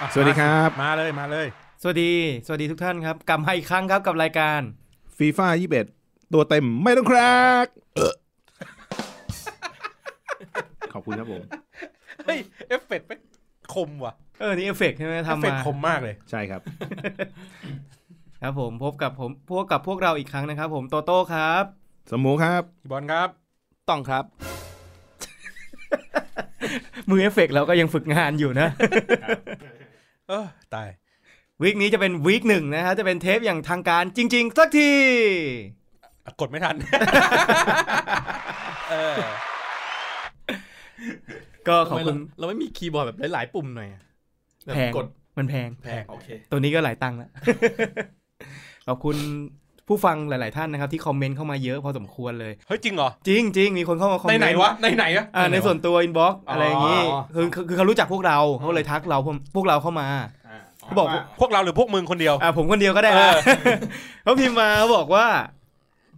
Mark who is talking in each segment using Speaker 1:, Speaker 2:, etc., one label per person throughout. Speaker 1: อ่ะ
Speaker 2: สวัสดีครับ
Speaker 1: มามาเลยมาเลย
Speaker 3: สวัสดี สวัสดีทุกท่านครับ กลับมาอีกครั้งครับกับรายการ
Speaker 2: ฟีฟ่ายี่สิบตัวเต็มไม่ต้องแครกเอ่อขอบคุณครับผม
Speaker 1: เฮ้ย เอฟเฟกต์แม่งคมว่ะ
Speaker 3: เออ นี่เอฟเฟกต์ใช่ไหม
Speaker 1: เอฟ
Speaker 3: ทำ
Speaker 1: เฟก
Speaker 3: มา
Speaker 1: ต์คมมากเลย
Speaker 2: ใช่ครับ
Speaker 3: ครับผมพบกับผมพวกกับพวกเราอีกครั้งนะครับ ผมโตโต้ครับ
Speaker 2: สมูครับ
Speaker 1: พี่บอลครับ
Speaker 3: ต้องครับ มือเอฟเฟกต์เราก็ยังฝึกงานอยู่นะ
Speaker 1: เออตาย
Speaker 3: วีคนี้จะเป็นวีคหนึ่งนะฮะจะเป็นเทปอย่างทางการจริง ๆ สักที
Speaker 1: อ่ะกดไม่ ทัน เออ
Speaker 3: ก็
Speaker 4: ทำ
Speaker 3: ขอบ
Speaker 4: ไม
Speaker 3: คุณ
Speaker 4: เราเราไม่มีคีย์บอร์ดแบบหลายๆปุ่มหน่อยอะบบ
Speaker 3: แพง
Speaker 4: กด
Speaker 3: มันแพง
Speaker 4: แพงโอเค
Speaker 3: ตัวนี้ก็หลายตังค์แล้ว ขอบคุณผู้ฟังหลาย ๆ ท่านนะครับ ที่คอมเมนต์เข้ามาเยอะพอสมควรเลย
Speaker 1: เฮ้ย จริงเหรอ
Speaker 3: จริงจริงมีคนเข้ามาคอม
Speaker 1: ใน
Speaker 3: เมนต์
Speaker 1: ไหนวะ ในไหนอะ
Speaker 3: อ่าในส่วนตัวอินบ็อก
Speaker 1: อ๋ออ
Speaker 3: อะไรอย่างงี้คือคือคือเขารู้จักพวกเราเขาเลยทักเราพวกพวกเราเข้ามา เขาบอกว่า
Speaker 1: พวกเราหรือพวกมึงคน เดียว
Speaker 3: อ่าผมคนเดียวก็ได้นะ เขาพิมพ์มาเขาบอกว่า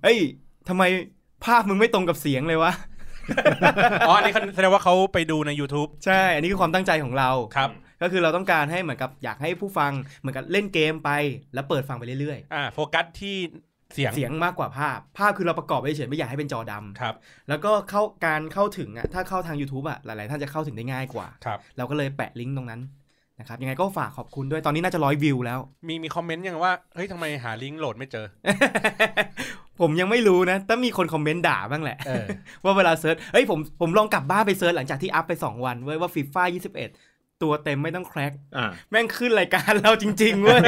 Speaker 3: เอ้ยทำไมภาพมึงไม่ตรงกับเสียงเลยวะ
Speaker 1: อ๋อ อันนี้แสดงว่าเขาไปดูใน YouTube
Speaker 3: ใช่ อันนี้คือความตั้งใจของเรา
Speaker 1: ครับ
Speaker 3: ก็คือเราต้องการให้เหมือนกับอยากให้ผู้ฟังเหมือนกับเล่นเกมไป แล้วเปิดฟังไปเรื่อย
Speaker 1: อ่า โฟกัสที่เสียง
Speaker 3: ๆ เสียงมากกว่าภาพ ภาพคือเราประกอบไปเฉยๆไม่อยากให้เป็นจอดำ
Speaker 1: ครับ
Speaker 3: แล้วก็เข้าการเข้าถึงอ่ะถ้าเข้าทาง YouTube อ่ะหลายๆ ท่านจะเข้าถึงได้ง่ายกว่า
Speaker 1: ครับ
Speaker 3: เราก็เลยแปะลิงก์ตรงนั้นนะครับยังไงก็ฝากขอบคุณด้วยตอนนี้น่าจะร้อยวิวแล้ว
Speaker 1: มีมีคอมเมนต์ยังว่า เฮ้ยทำไมหาลิงก์โหลดไม่เจอ
Speaker 3: ผมยังไม่รู้นะแต่มีคนคอมเมนต์ด่าบ้างแหละ
Speaker 1: เออ
Speaker 3: ว่าเวลาเซิร์ชเอ้ยผมผมลองกลับบ้านไปเซิร์ชหลังจากที่อัพไปสองวันเว้ยว่าฟีฟ่า21 ตัวเต็มไม่ต้องแครก
Speaker 2: อ่า
Speaker 3: แม่งขึ้นรายการเราจริงๆเว้ ย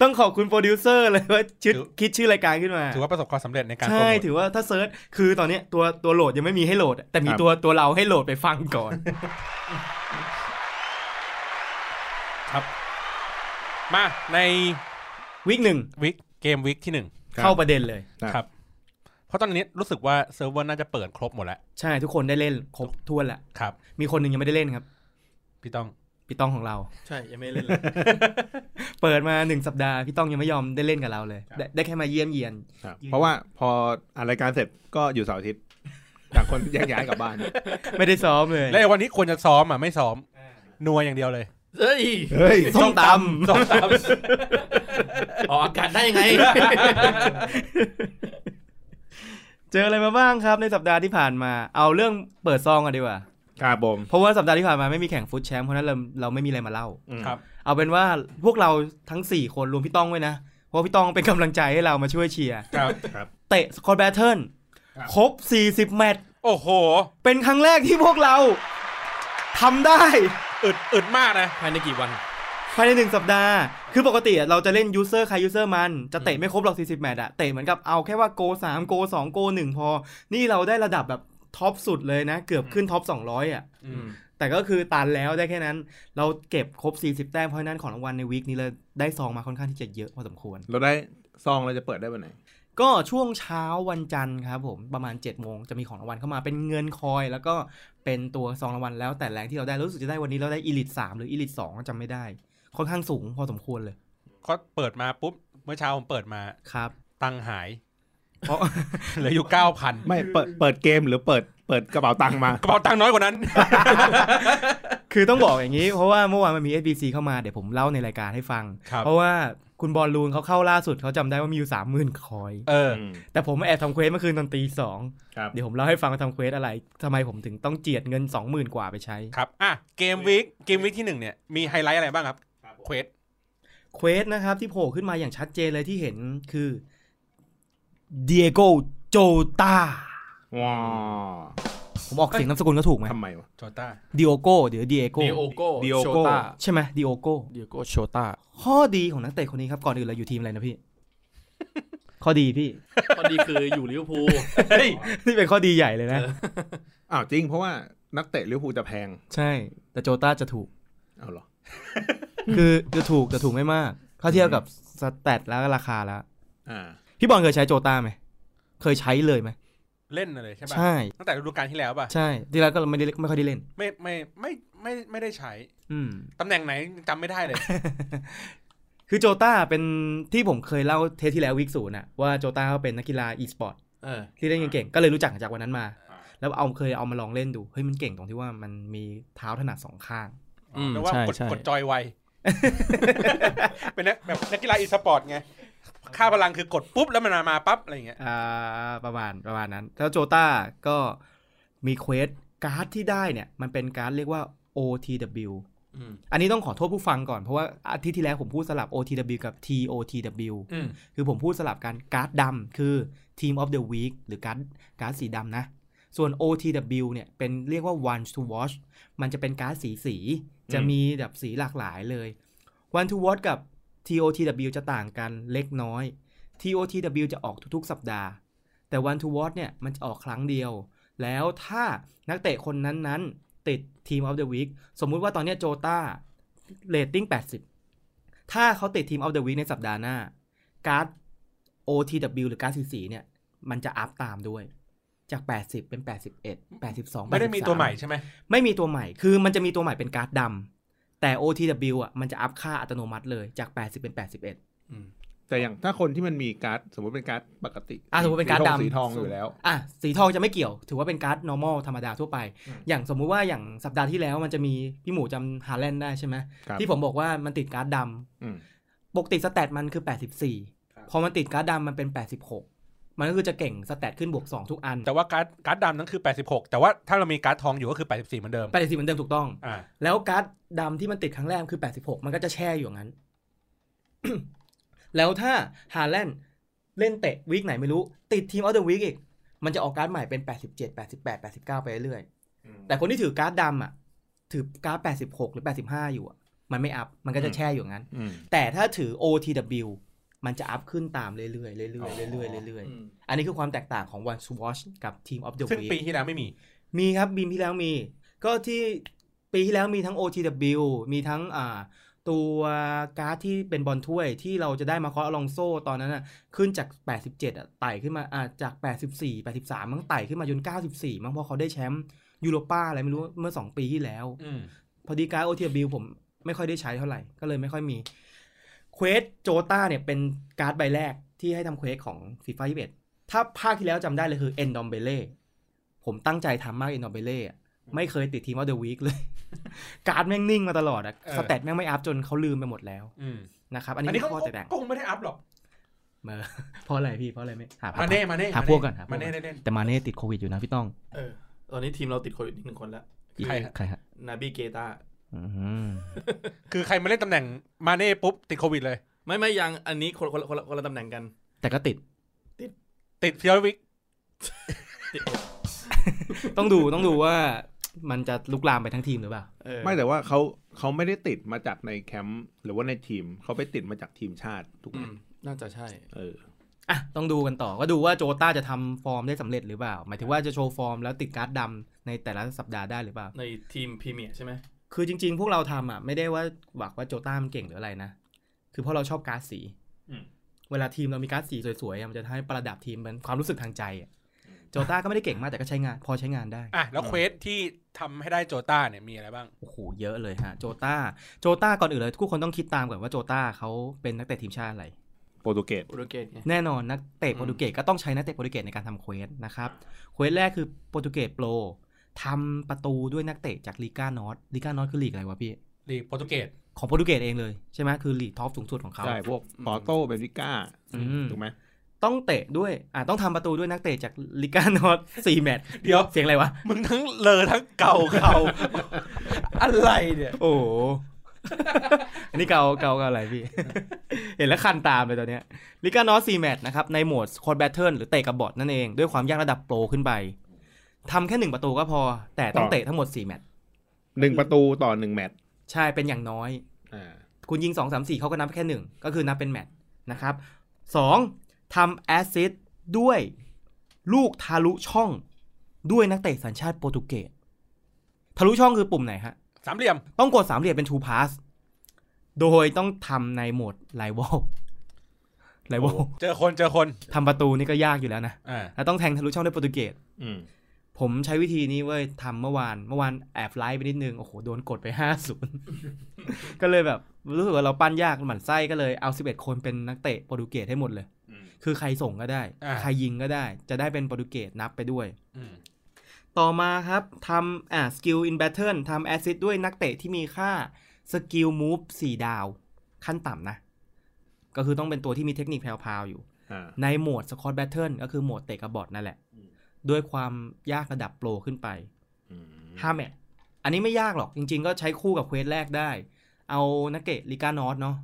Speaker 3: ต้องขอบคุณโปรดิวเซอร์เลยว่าชื่อ
Speaker 1: ถือ
Speaker 3: คิดชื่อรายการขึ้นมา
Speaker 1: ถือว่าประสบความสำเร็จในการโปร
Speaker 3: ใช่
Speaker 1: โมท
Speaker 3: ถือว่าถ้าเซิร์ชคือตอนเนี้ยตัวตัวโหลดยังไม่มีให้โหลด แต่มี
Speaker 2: ครับ
Speaker 3: ตัวตัวเราให้โหลดไปฟังก่อน
Speaker 1: มาใน
Speaker 3: วิกหนึ่ง
Speaker 1: วิกเกมวิกที่หนึ่ง
Speaker 2: ครับ
Speaker 3: เข้าประเด็นเลย
Speaker 2: ครับ
Speaker 1: ครับ เพราะตอนนี้รู้สึกว่าเซิร์ฟเวอร์น่าจะเปิดครบหมดแล้ว
Speaker 3: ใช่ทุกคนได้เล่นครบถ้วนละ
Speaker 1: ครับ
Speaker 3: มีคนหนึ่งยังไม่ได้เล่นครับ
Speaker 1: พี่ต้อง
Speaker 3: พี่ต้องของเรา
Speaker 4: ใช่ ยังไม่เล่นเลย
Speaker 3: เปิดมาหนึ่งสัปดาห์พี่ต้องยังไม่ยอมได้เล่นกับเราเลย ได้ได้แค่มาเยี่ยมเยียน
Speaker 2: ครับ เพราะว่าพออ่านรายการเสร็จก็อยู่เสาร์อาทิตย์ต่างคนแยกย้ายกลับบ้าน
Speaker 3: ไม่ได้ซ้อมเลย
Speaker 1: และวันนี้ควรจะซ้อมอ่ะ ไม่ซ้อม นัวอย่างเดียวเลย
Speaker 4: เฮ้ย
Speaker 2: เฮ้ย
Speaker 3: ส้มต
Speaker 1: ซ้อมตาม
Speaker 4: ออกอากาศได้ยังไง
Speaker 3: ำเจออะไรมาบ้างครับในสัปดาห์ที่ผ่านมา เอาเรื่องเปิดซองกันดีกว่า
Speaker 2: ครับผม
Speaker 3: เพราะว่าสัปดาห์ที่ผ่านมาไม่มีแข่งฟุตแชมป์เพราะฉะนั้นเราเราไม่มีอะไรมาเล่า
Speaker 2: อืม
Speaker 1: ครับ
Speaker 3: เอาเป็นว่าพวกเราทั้ง 4 คนรวมพี่ต้องไว้นะ เพราะพี่ต้องเป็นกำลังใจให้เรามาช่วยเชียร์
Speaker 1: ครับ
Speaker 3: เตะสกอตแบทเทิล
Speaker 1: ครับ
Speaker 3: ครบ 40 แมตช์
Speaker 1: โอ้โห
Speaker 3: เป็นครั้งแรกที่พวกเราทำได้
Speaker 1: อึดอึดมากนะ
Speaker 4: ภายในกี่วัน
Speaker 3: ภายในหนึ่งสัปดาห์ คือปกติอะเราจะเล่นยูเซอร์ใครยูเซอร์มันจะเตะไม่ครบหรอก 40 แมตช์อะเตะเหมือนกับเอาแค่ว่าโก3โก2โก1พอ นี่เราได้ระดับแบบท็อปสุดเลยนะ เกือบขึ้นท็อป200อะ
Speaker 1: อืม
Speaker 3: แต่ก็คือตันแล้วได้แค่นั้น เราเก็บครบ 40 แต้มเพราะฉะนั้นของรางวัลในวีคนี้เลยได้ซองมาค่อนข้างที่จะเยอะพอสมควร
Speaker 2: เราได้ซองเราจะเปิดได้วันไหน
Speaker 3: ก็ช่วงเช้าวันจันทร์ครับผมประมาณ7จ็ดโมงจะมีของรางวัลเข้ามาเป็นเงินคอย แล้วก็เป็นตัวซองรางวัลแล้วแต่แรงที่เราได้รู้สึกจะได้วันนี้เราได้อีลิทสามหรืออีลิทสองจำไม่ได้ ค่อนข้างสูงพอสมควรเลย
Speaker 1: ก็เปิดมาปุ๊บ เมื่อเช้าผมเปิดมา
Speaker 3: ครับ
Speaker 1: ตังค์หาย
Speaker 3: เพราะ
Speaker 1: เหลืออยู่เก้าพัน
Speaker 2: ไม่เปิดเปิดเกมหรือเปิดเปิดกระเป๋าตังค์มา
Speaker 1: กระเป๋าตังค์น้อยกว่านั้น
Speaker 3: คือต้องบอกอย่างนี้ เพราะว่าเมื่อวานมันมี SBC เข้ามาเดี๋ยวผมเล่าในรายการให้ฟัง
Speaker 1: ครับ
Speaker 3: เพราะว่าคุณบอลลูนเขาเข้าล่าสุดเขาจำได้ว่ามีอยู่สามหมื่นคอย
Speaker 1: เออ
Speaker 3: แต่ผมมาแอบทำเควสเมื่อคืนตอนตีสอง
Speaker 2: ครับ
Speaker 3: เดี๋ยวผมเล่าให้ฟังว่าทำเควสอะไรทำไมผมถึงต้องเจียดเงินสองหมื่นกว่าไปใช้
Speaker 1: ครับ อ่ะ เกมวิกเกมวิกที่หนึ่งเนี่ย มีไฮไลท์อะไรบ้างครับ เควส
Speaker 3: เควสนะครับที่โผล่ขึ้นมาอย่างชัดเจนเลยที่เห็นคือเดียโกโจตา
Speaker 2: ว้า
Speaker 3: ผมออกเสียงนามสกุลก็ถูกไหม
Speaker 2: วทำไมวะ
Speaker 1: โจต้า
Speaker 3: ดิโอโกหรือเดียโก
Speaker 4: เดโอโก้
Speaker 2: Diogo
Speaker 4: โชต้า
Speaker 3: ใช่ไหมดิโอโก
Speaker 4: เดโก้โชต้า
Speaker 3: ข้อดีของนักเตะคนนี้ครับ ก่อนอื่นเราอยู่ทีมอะไรนะ พี่ ข้อดีพี่
Speaker 4: ตอนนี้คืออยู่ลิเวอร์พูล
Speaker 1: เฮ้ย
Speaker 3: นี่เป็นข้อดีใหญ่เลยนะ
Speaker 2: อ้าวจริงเพราะว่านักเตะลิเวอร์พูลจะแพง
Speaker 3: ใช่ แต่โจต้าจะถูก
Speaker 2: เอาเหรอ
Speaker 3: คือจะถูกแต่ถูกไม่มาก ถ้าเทียบกับสแตทแล้วก็ราคาแล้ว
Speaker 2: อ่า
Speaker 3: พี่บอลเคยใช้โจต้าไหม เคยใช้เลยไหม
Speaker 1: เล่นน่ะเลยใช่ปะ
Speaker 3: ใช่
Speaker 1: ตั้งแต่ฤดูกาลที่แล้วป่ะ
Speaker 3: ใช่ที่แล้วก็ไม่ได้ไม่ค่อยได้เล่น
Speaker 1: ไม่ไม่ไม่ไม่ไม่ได้ใช้
Speaker 3: อืม
Speaker 1: ตำแหน่งไหนจำไม่ได้เลย
Speaker 3: คือโจต้าเป็นที่ผมเคยเล่าเทปที่แล้ววิกศูนย์อะว่าโจต้าเขาเป็นนักกีฬาอีสปอร์ต
Speaker 4: เออ
Speaker 3: ที่เล่นเก่งๆก็เลยรู้จักจากวันนั้นมา
Speaker 1: อ่า
Speaker 3: แล้วเอาเคยเอามาลองเล่นดูเฮ้ยมันเก่งตรงที่ว่ามันมีเท้าถนัดสองข้าง
Speaker 4: อืม
Speaker 1: แปลว่า
Speaker 4: ใช่
Speaker 1: กด
Speaker 4: ใช่
Speaker 1: กดจอยไว เป็นนักแบบนักกีฬาอีสปอร์ตไง ค่าพลังคือกดปุ๊บแล้วมันมามาปั๊บอะไรอย่างเงี้ย
Speaker 3: อ่าประมาณประมาณนั้น แล้วโจต้าก็มีเควสการ์ดที่ได้เนี่ย มันเป็นการ์ดเรียกว่า OTW
Speaker 4: อืม
Speaker 3: อันนี้ต้องขอโทษผู้ฟังก่อน เพราะว่าอาทิตย์ที่แล้วผมพูดสลับ OTW กับ TOTW
Speaker 1: อืม
Speaker 3: คือผมพูดสลับกันการ์ดดำคือ Team of the Week หรือการ์ดการ์ดสีดำนะ ส่วน OTW เนี่ยเป็นเรียกว่า One to Watch มันจะเป็นการ์ดสีสีๆจะมีแบบสีหลากหลายเลย One to Watch กับ TOTW จะต่างกันเล็กน้อย TOTW จะออกทุกๆ สัปดาห์ แต่ One to Watch เนี่ยมันจะออกครั้งเดียว แล้วถ้านักเตะคนนั้นๆ ติด Team of the Week สมมุติว่าตอนเนี้ยโจต้าเรตติ้ง 80 ถ้าเขาติด Team of the Week ในสัปดาห์หน้า การ์ด OTW หรือการ์ดสีเนี่ย มันจะอัพตามด้วย จาก 80 เป็น 81 82
Speaker 1: ไม่ได้มีตัว
Speaker 3: 83
Speaker 1: ใหม่ใช่ไหม
Speaker 3: ไม่มีตัวใหม่ คือมันจะมีตัวใหม่เป็นการ์ดดำแต่ OTW อ่ะ มันจะอัพค่าอัตโนมัติเลยจาก 80 เป็น 81
Speaker 4: อืม
Speaker 2: แต่อย่างถ้าคนที่มันมีการ์ดสมมติเป็นการ์ดปกติ
Speaker 3: อ่ะสมมุติเป็นการ์ดดำ
Speaker 2: สีทองอยู่แล้ว
Speaker 3: อ่ะ สีทองจะไม่เกี่ยว ถือว่าเป็นการ์ด normal ธรรมดาทั่วไป
Speaker 2: อืม
Speaker 3: อย่างสมมุติว่าอย่างสัปดาห์ที่แล้วมันจะมีพี่หมูจำฮาแลนด์ได้ใช่ไหม
Speaker 2: ครับ
Speaker 3: ที่ผมบอกว่ามันติดการ์ดด
Speaker 2: อืม
Speaker 3: ำปกติสแตทมันคือ
Speaker 2: ครับ
Speaker 3: 84 พอมันติดการ์ดดำมันเป็น 86 มันก็คือจะเก่งสแตทขึ้นบวก 2 ทุกอัน
Speaker 1: แต่ว่าการ์ดการ์ดดำนั้นคือ 86 แต่ว่าถ้าเรามีการ์ดทองอยู่ก็คือ 84เหมือนเดิม
Speaker 3: 84เหมือนเดิมถูกต้อง
Speaker 1: อ่า
Speaker 3: แล้วการ์ดดำที่มันติดครั้งแรกคือ 86 มันก็จะแช่อยู่อย่างนั้น แล้วถ้าฮาแลนด์เล่นเตะวีคไหนไม่รู้ ติดทีมออเดอร์วีคอีก มันจะออกการ์ดใหม่เป็น 87 88 89 ไปเรื่อยๆแต่คนที่ถือการ์ดดำอ่ะ ถือการ์ด 86 หรือ 85 อยู่อ่ะ มันไม่อัพ มันก็จะแช่อยู่อย่างนั้น
Speaker 2: อืม
Speaker 3: แต่ถ้าถือ OTW มันจะอัพขึ้นตามเรื่อยๆเรื่อยๆเรื่อยๆเรื่อยๆเรื่อย
Speaker 4: อืม
Speaker 3: ๆอันนี้คือความแตกต่างของ One to Watch กับ Team of the
Speaker 1: ซึ่ง
Speaker 3: Week
Speaker 1: ปีที่แล้วไม่มี
Speaker 3: มีครับบีมที่แล้วมี ก็ที่ปีที่แล้วมีทั้ง OTW มีทั้งอ่าตัวการ์ดที่เป็นบอลถ้วยที่เราจะได้มาคอสอลองโซตอนนั้นน่ะขึ้นจาก 87อ่ะไต่ขึ้นมาอ่าจาก 84 83 มั้งไต่ขึ้นมาจน 94 มั้งเพราะเขาได้แชมป์ยูโรป้าอะไรไม่รู้เมื่อ 2 ปีที่แล้ว
Speaker 1: อืม
Speaker 3: พอดีการ์ด OTW ผมไม่ค่อยได้ใช้เท่าไหร่ ก็เลยไม่ค่อยมีเควสโจต้าเนี่ยเป็นการ์ดใบแรกที่ให้ทำเควสของฟีฟ่า21ถ้าภาคที่แล้วจำได้เลยคือเอนดอมเบเล่ผมตั้งใจทำมากเอนดอมเบเล่ไม่เคยติดทีมออเดอะวีคเลย การ์ดแม่งนิ่งมาตลอดอะ
Speaker 1: เออ
Speaker 3: สแตทแม่งไม่อัพจนเขาลืมไปหมดแล้ว
Speaker 1: อืม
Speaker 3: นะครับ อั
Speaker 1: อั
Speaker 3: น
Speaker 1: น
Speaker 3: นี้
Speaker 1: นี้
Speaker 3: คือ
Speaker 1: ก็
Speaker 3: ข้อแตกต่าง
Speaker 1: ก็คงไม่ได้อัพหรอก
Speaker 3: เออ เพราะอะไรพี่เพราะอะไรไม่หา
Speaker 1: มา
Speaker 3: พัก
Speaker 1: เน่มาเน่
Speaker 3: หาพวกก่อนหาพวก
Speaker 1: มา
Speaker 3: ก่อน
Speaker 1: เน่ได้เล่น
Speaker 3: แต่มาเน่ติดโควิดอยู่นะพี่ต้อง
Speaker 4: เออ ตอนนี้ทีมเราติดโควิดอีกหนึ่งคนแล้ว
Speaker 1: ใครฮะ
Speaker 3: ใครฮะ
Speaker 4: นาบีเกตา
Speaker 3: อืม
Speaker 1: คือใครมาเล่นตำแหน่งมาเน่ปุ๊บติดโควิดเลย
Speaker 4: ไม่ไม่ยังอันนี้คนคนคนละคนละตำแหน่งกัน
Speaker 3: แต่ก็ติด
Speaker 1: ติดฟิลวิก
Speaker 3: ต้องดูต้องดูว่ามันจะลุกลามไปทั้งทีมหรือเปล่า
Speaker 4: เออ
Speaker 2: ไม่แต่ว่าเขาเขาไม่ได้ติดมาจากในแคมป์หรือว่าในทีมเขาไปติดมาจากทีมชาติถูก
Speaker 4: อื
Speaker 2: ไหม
Speaker 4: มน่าจะใช่
Speaker 2: เออ
Speaker 3: อ่ะต้องดูกันต่อก็ดูว่าโจต้าจะทำฟอร์มได้สำเร็จหรือเปล่า หมายถึงว่าจะโชว์ฟอร์มแล้วติดการ์ดดำในแต่ละสัปดาห์ได้หรือเปล่า
Speaker 4: ในทีมพรีเมียร์ใช่ไหม
Speaker 3: คือจริงๆ พวกเราทำอ่ะไม่ได้ว่าหวังว่าโจต้ามันเก่งหรืออะไรนะ คือเพราะเราชอบการ์ดสี
Speaker 1: อืม
Speaker 3: เวลาทีมเรามีการ์ดสีสวยๆอ่ะมันจะให้ประดับทีมมันความรู้สึกทางใจอ่ะโจต้าก็ไม่ได้เก่งมากแต่ก็ใช้งาน พอใช้งานได้
Speaker 1: อ่ะแล้วเควสที่ทำให้ได้โจต้าเนี่ยมีอะไรบ้าง
Speaker 3: โอ้โหเยอะเลยฮะโจต้าโจต้าก่อนอื่นเลยทุกคนต้องคิดตามก่อนว่าโจต้าเขาเป็นนักเตะทีมชาติอะไร
Speaker 2: โปรตุเกส
Speaker 4: โปรตุเกสไง
Speaker 3: แน่นอนนักเตะโปรตุเกสก็ต้องใช้นักเตะโปรตุเกสในการทำเควสนะครับเควสแรกคือโปรตุเกสโปรทำประตูด้วยนักเตะจากลีกานอตลีกานอตคือลีกอะไรวะพี่
Speaker 1: ลีกโปรตุเกส
Speaker 3: ของโปรตุเกสเองเลยใช่ไหมคือลีกท็อปสูงสุดของเขา
Speaker 2: ใช่พวกปอร์โต้เบนฟิก้า
Speaker 3: อืม
Speaker 2: ถูกไหม
Speaker 3: ต้องเตะด้วยอ่าต้องทำประตูด้วยนักเตะจากลีกานอตสี่แมตช์
Speaker 1: เดี๋ยว
Speaker 3: เสียงอะไรวะ
Speaker 1: มึงทั้งเลอทั้งเก่าเก่า อะไรเนี่ย
Speaker 3: โอ้โห อันนี้เกาเกาเกาอะไรพี่ เห็นแล้วคันตามเลยตอนเนี้ยลิกานอสซีแมตช์นะครับ ในโหมดคอร์ดแบทเทิลหรือเตะกับบอทนั่นเอง ด้วยความยากระดับโปรขึ้นไปทำแค่หนึ่งประตูก็พอ แต่ต้องเตะทั้งหมด 4 แมตช์
Speaker 2: หนึ่งประตูต่อหนึ่งแมตช์
Speaker 3: ใช่เป็นอย่างน้อย
Speaker 2: อ่า
Speaker 3: คุณยิง 2 3 4 เขาก็นับแค่ 1 ก็คือนับเป็นแมตช์นะครับ 2. ทำแอสซิสต์ด้วยลูกทะลุช่อง ด้วยนักเตะสัญชาติโปรตุเกสทะลุช่องคือปุ่มไหนฮะ
Speaker 1: สามเหลี่ยม
Speaker 3: ต้องกดสามเหลี่ยมเป็น two pass โดยต้องทำในโหมดไลวอล ไลโว
Speaker 1: เจอคนเจอคน
Speaker 3: ทำประตูนี่ก็ยากอยู่แล้วนะ
Speaker 1: อ่า
Speaker 3: แล้วต้องแทงทะลุช่องด้วยโปรตุเกส
Speaker 2: อืม
Speaker 3: ผมใช้วิธีนี้เว้ยทำเมื่อวานเมื่อวานแอบไลฟ์ไปนิดนึง โอ้โห โดนกดไป 50 ก็เลยแบบ รู้สึกว่าเราปั้นยากหมั่นไส้ก็เลยเอา 11 คนเป็นนักเตะโปรตุเกสให้หมดเลย
Speaker 2: อืม
Speaker 3: คือใครส่งก็ได้ ใครยิงก็ได้ จะได้เป็นโปรตุเกสนับไปด้วย
Speaker 1: อืม
Speaker 3: ต่อมาครับทำอ่าสกิลอินแบทเทิลทำแอสซิดด้วยนักเตะที่มีค่าสกิลมูฟสี่ดาว ขั้นต่ำนะ ก็คือต้องเป็นตัวที่มีเทคนิคแพรวๆอยู่
Speaker 2: อ่า
Speaker 3: ในโหมดสคอตแบทเทิลก็คือโหมดเตะกระบอดนั่นแหละ
Speaker 2: อืม
Speaker 3: ด้วยความยากระดับโปรขึ้นไป
Speaker 2: อืม
Speaker 3: ห้าแมตช์อันนี้ไม่ยากหรอก จริง ๆ ก็ใช้คู่กับเควสแรกได้ เอานักเตะลิกานอสเนาะ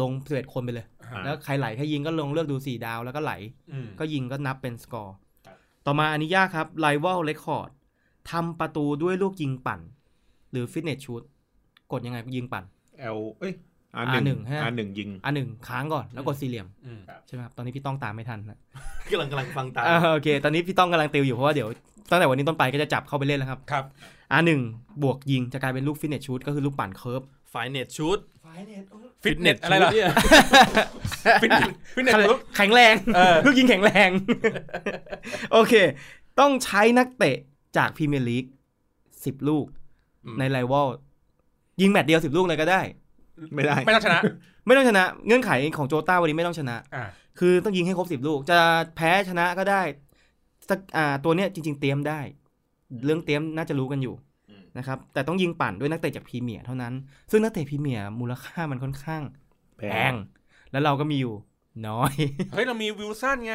Speaker 3: ลงเสือดคนไปเลย
Speaker 2: อ่า
Speaker 3: แล้วใครไหลใครยิงก็ลงเลือกดูสี่ดาวแล้วก็ไหล
Speaker 1: อืม
Speaker 3: ก็ยิงก็นับเป็นสกอร์
Speaker 2: ครับ
Speaker 3: ต่อมาอันนี้ยากครับ Rival Record ทำประตูด้วยลูกยิงปั่น หรือฟิตเนสชูตกดยังไงก็ยิงปั่น
Speaker 2: L เอ้ย R ห
Speaker 3: R1
Speaker 2: นึ่ง
Speaker 3: ฮะ
Speaker 2: R หนึ่งยิง
Speaker 3: อันหนึ่งค้างก่อนแล้วกดสี่เหลี่ยม
Speaker 1: อืม
Speaker 3: ใช่ไหมครับตอนนี้พี่ต้องตามไม่ทันนะ
Speaker 4: กำลังกำลังฟังตาม
Speaker 3: อ่าโอเค ตอนนี้พี่ต้องกำลังติวอยู่เพราะว่าเดี๋ยวตั้งแต่วันนี้ต้นไปก็จะจับเข้าไปเล่นแล้วครับ
Speaker 1: ครับ
Speaker 3: R1 บวกยิงจะกลายเป็นลูกฟิตเนสชูตก็คือลูกปั่นเคิร์ฟ
Speaker 4: ฝ่ายเน็ตชุด
Speaker 1: ฟิตเนสอะไรล่ะ
Speaker 4: ชุดเนี่ย
Speaker 1: ฟิตเนสฟิตเนสลุก
Speaker 3: แข็งแรง
Speaker 1: เออ
Speaker 3: ลูกยิงแข็งแรง โอเค ต้องใช้นักเตะจากพรีเมียร์ลีกสิบลูก ในไลวอลยิงแมตช์เดียวสิบลูกเลยก็ได้
Speaker 2: ไม่ได้
Speaker 1: ไม่ต้องชนะ
Speaker 3: ไม่ต้องชนะ เงื่อนไขของโจต้าวันนี้ไม่ต้องชนะ
Speaker 1: อ่า
Speaker 3: คือต้องยิงให้ครบสิบลูก จะแพ้ชนะก็ได้สักอ่าตัวเนี้ยจริง ๆ เตรียมได้ เรื่องเตรียมน่าจะรู้กันอยู่
Speaker 2: อืม
Speaker 3: นะครับ แต่ต้องยิงปั่นด้วยนักเตะจากพรีเมียร์เท่านั้น ซึ่งนักเตะพรีเมียร์มูลค่ามันค่อนข้าง
Speaker 2: แพ
Speaker 3: แพงแล้วเราก็มีอยู่น้อย
Speaker 1: เฮ้ยเรามีวิลสันไง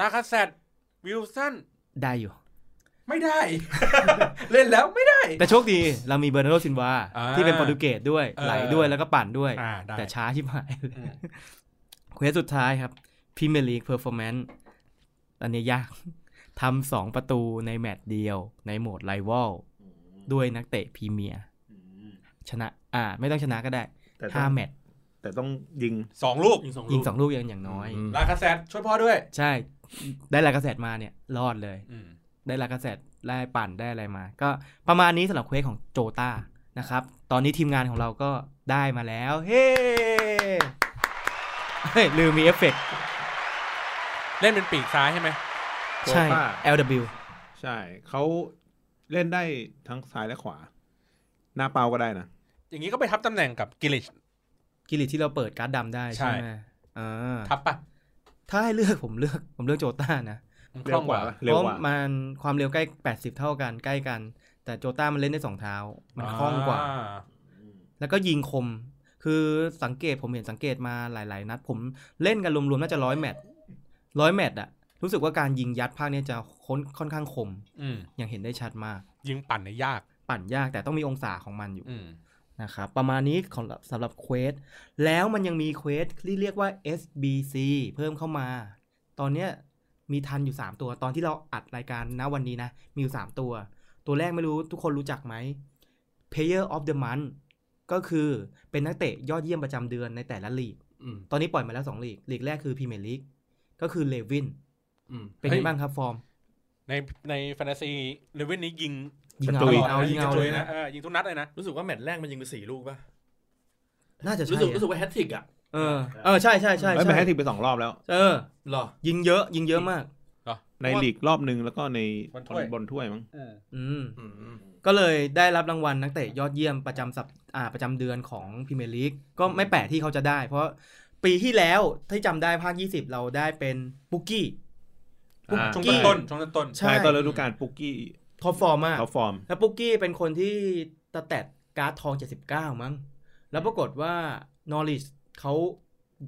Speaker 1: ลาคาเซตวิลสัน
Speaker 3: ได้อยู่
Speaker 1: ไม่ได้ เล่นแล้วไม่ได้
Speaker 3: แต่โชคดีเรามีเบอร์นาร์โดซินวา
Speaker 1: อ่า
Speaker 3: ที่เป็นโปรตุเกสด้วย
Speaker 1: เออ
Speaker 3: ไหลด้วยแล้วก็ปั่นด้วย
Speaker 1: อ่าได้
Speaker 3: แต่ช้าชิบหาย
Speaker 1: อืม
Speaker 3: เควสสุดท้ายครับพรีเมียร์ลีกเพอร์ฟอร์แมนซ์อันนี้ยาก ทำสองประตูในแมตช์เดียวในโหมดไ i ว a ลด้วยนักเตะพรีเมียร์
Speaker 2: อืม
Speaker 3: ชนะ อ่า ไม่ต้องชนะก็ได้
Speaker 2: แต่ต้อ
Speaker 3: ห้าง แมตช์
Speaker 2: แต่ต้องยิง
Speaker 1: สองลูก
Speaker 4: ยิงสอง
Speaker 3: ยิ
Speaker 4: ลู
Speaker 3: ง
Speaker 4: ก
Speaker 3: สองลูกยังอย่างน้อย
Speaker 4: อืม
Speaker 1: ลาคาเซตช่วยพ่อด้วย
Speaker 3: ใช่ ได้ลากระแสมาเนี่ย รอดเลย
Speaker 1: อืม
Speaker 3: ได้ลากระแสได้ปั่นได้อะไรมา ก็ประมาณนี้สำหรับเควสของโจตานะครับ ตอนนี้ทีมงานของเราก็ได้มาแล้ว เฮ้เฮ้ยลืมมีเอฟเฟกต์
Speaker 1: เล่นเป็นปีกซ้ายใช่ไหม
Speaker 3: ใช่
Speaker 2: Dota
Speaker 3: LW
Speaker 2: ใช่เขาเล่นได้ทั้งซ้ายและขวา หน้าเป้าก็ได้นะ
Speaker 1: อย่างนี้ก็ไปทับตำแหน่งกับกิลิช
Speaker 3: กิริตที่เราเปิดการ์ดดำได้ใช่ไหมอ่า
Speaker 1: ทับปะ
Speaker 3: ถ้าให้เลือกผมเลือกผมเลือกโจต้านะ
Speaker 1: มันค
Speaker 2: เร็
Speaker 1: ล่
Speaker 2: ว
Speaker 1: อง
Speaker 2: ก
Speaker 1: ก
Speaker 2: ว่า
Speaker 1: ว่า
Speaker 2: เร็วกว่า
Speaker 3: พะมันความเร็วใกล้ 80 เท่ากันใกล้กัน แต่โจต้ามันเล่นได้สองเท้า มั
Speaker 1: มัน
Speaker 3: คล่องกว่า แล้วก็ยิงคม คือสังเกตผมเห็นสังเกตมาหลาย ๆ นัด ผมเล่นกันรวม ๆ น่าจะร้อยแมตช์ร้อยแมตช์อะรู้สึกว่าการยิงยัดภาคเนี้ยจะค้นค่อนข้างคม
Speaker 1: อืม
Speaker 3: อย่างเห็นได้ชัดมาก
Speaker 1: ยิงปั่นเนี่ยยาก
Speaker 3: ปั่นยากแต่ต้องมีองศาของมันอยู่
Speaker 1: อืม
Speaker 3: นะครับ ประมาณนี้ของสำหรับเควส แล้วมันยังมีเควสที่เรียกว่า SBC เพิ่มเข้ามา ตอนเนี้ยมีทันอยู่ 3 ตัว ตอนที่เราอัดรายการนะวันนี้นะ มีอยู่ 3 ตัว ตัวแรกไม่รู้ทุกคนรู้จักไหม Player of the Month ก็คือเป็นนักเตะยอดเยี่ยมประจำเดือนในแต่ละลีก
Speaker 4: อืม
Speaker 3: ตอนนี้ปล่อยมาแล้ว 2 ลีก ลีกแรกคือพรีเมียร์ลีกก็คือเลวิน
Speaker 4: อืม
Speaker 3: เป็นไงบ้างครับฟอร์ม
Speaker 1: ในในแฟนตาซีเลเว่นนี้ยิง
Speaker 3: ยิง
Speaker 2: ประ
Speaker 3: เอา
Speaker 2: ตู
Speaker 3: ยิง
Speaker 1: ตลด
Speaker 3: เอายิงเอา
Speaker 1: กระจุ
Speaker 3: เลยนะ
Speaker 1: ออยิงทุกนัดเลยนะ
Speaker 4: รู้สึกว่าแมตช์แรกมันยิงไปสี่ลูกป่ะ
Speaker 3: น่าจะ
Speaker 4: รู้
Speaker 3: ใช่
Speaker 4: สึกรู้สึกว่าแฮตทริกอ่ะ
Speaker 3: เออ เออ ใช่ใช่ใช่
Speaker 2: ไม่เป็น
Speaker 3: ใช่
Speaker 2: แฮตติกไปสองรอบแล้ว
Speaker 3: เออ
Speaker 4: เหรอ
Speaker 3: ยิงเยอะยิงเยอะมาก
Speaker 2: ในลีกรอบหนึ่งแล้วก็ใน
Speaker 1: บอลถ้วย
Speaker 2: บอลถ้วยมั้ง
Speaker 1: อืม
Speaker 3: อืม
Speaker 4: อืม
Speaker 3: ก็เลยได้รับรางวัลนักเตะยอดเยี่ยมประจำสัปอ่าประจำเดือนของพรีเมียร์ลีกก็ไม่แปลกที่เขาจะได้ เพราะปีที่แล้วที่จำได้ภาค 20 เราได้เป็นบุกกี้
Speaker 2: อ่า
Speaker 1: ช่วงต้นๆช่วงต้น
Speaker 3: ใช่
Speaker 2: ใช่ตอนฤดูกาลปุกกี้
Speaker 3: ท็อปฟอร์มมาก
Speaker 2: เขาฟอร์ม
Speaker 3: แล้วปุกกี้เป็นคนที่ตะแตดการ์ดทอง 79 มั้ง แล้วปรากฏว่านอริชเขา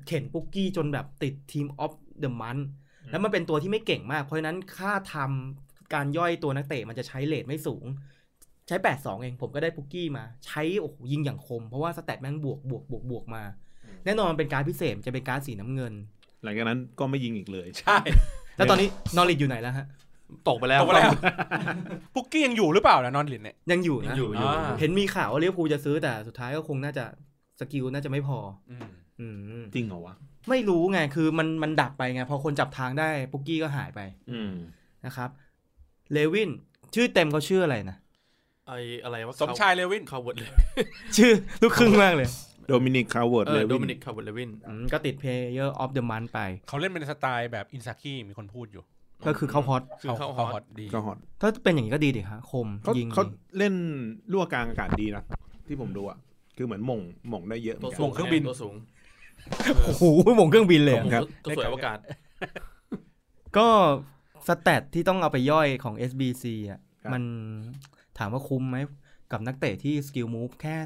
Speaker 3: เข็นปุกกี้จนแบบติดทีมออฟเดอะมัน
Speaker 2: อืม
Speaker 3: แล้วมันเป็นตัวที่ไม่เก่งมาก เพราะฉะนั้นค่าทำการย่อยตัวนักเตะมันจะใช้เลทไม่สูง ใช้ 82 เองผมก็ได้ปุกกี้มา ใช้โอ้โหยิงอย่างคม เพราะว่าสแตทแม่งบวกบวกบวกบวกมา แน่นอนมันเป็นการดพิเศษจะเป็นการดสีน้ำเงิน
Speaker 2: หลังจากนั้นก็ไม่ยิงอีกเลย
Speaker 1: ๆใช่
Speaker 3: แล้วตอนนี้นอริชอยู่ไหนแล้วฮะ
Speaker 4: ตกไปแล้ว
Speaker 1: ตกไปแล้ว ปุกกี้ยังอยู่หรือเปล่านะนอนหลินเนี่ย
Speaker 3: ยังอยู่
Speaker 4: ยัง
Speaker 3: นะ
Speaker 4: อยู่อยู่
Speaker 1: อ่า
Speaker 3: เห็นมีข่าวว่าลิเวอร์พูลจะซื้อแต่สุดท้ายก็คงน่าจะสกิลน่าจะไม่พอ
Speaker 1: อืม
Speaker 3: อืม
Speaker 2: จริงเหรอวะ
Speaker 3: ไม่รู้ไง คือมันมันดับไปไง พอคนจับทางได้ปุกกี้ก็หายไป
Speaker 2: อืม
Speaker 3: นะครับ เลวิน ชื่อเต็มเขาชื่ออะไรนะ
Speaker 4: ไออะไรวะ
Speaker 1: สมชายเลวิน
Speaker 4: เขาวเวิร์ดเลย
Speaker 3: ชื่อลูกครึ่งมากเลย
Speaker 2: โดมินิกคาเวิร์ด
Speaker 4: เอ
Speaker 2: เล
Speaker 4: อย โดมินิกคาร์บเลวิน
Speaker 3: อืมก็ติด Player of the Month ไป
Speaker 1: เขาเล่นเป็นสไตล์แบบอินซากิมีคนพูดอยู่
Speaker 3: ก็คือเขาฮอต
Speaker 4: คือเขาฮอต
Speaker 1: ดี
Speaker 2: ก็ฮอต
Speaker 3: ถ้าเป็นอย่างนี้ก็ดีดิฮะคม
Speaker 2: เขา
Speaker 3: ยิง
Speaker 2: เขาเล่นลั่วกลางอากาศดีนะ ที่ผมดูอ่ะ คือเหมือนหม่งหม่งได้เยอะเหมื
Speaker 4: ตัว
Speaker 2: อน
Speaker 4: สู
Speaker 2: กัน
Speaker 4: งตัวสูง
Speaker 3: โอ้โหหมงเครื่องบินเลยอะ
Speaker 4: ตัวสวยอวกาศ
Speaker 3: ก็สแตทที่ต้องเอาไปย่อยของ SBC อ่ะมันถามว่าคุ้มไหมกับนักเตะที่สกิลมูฟแค่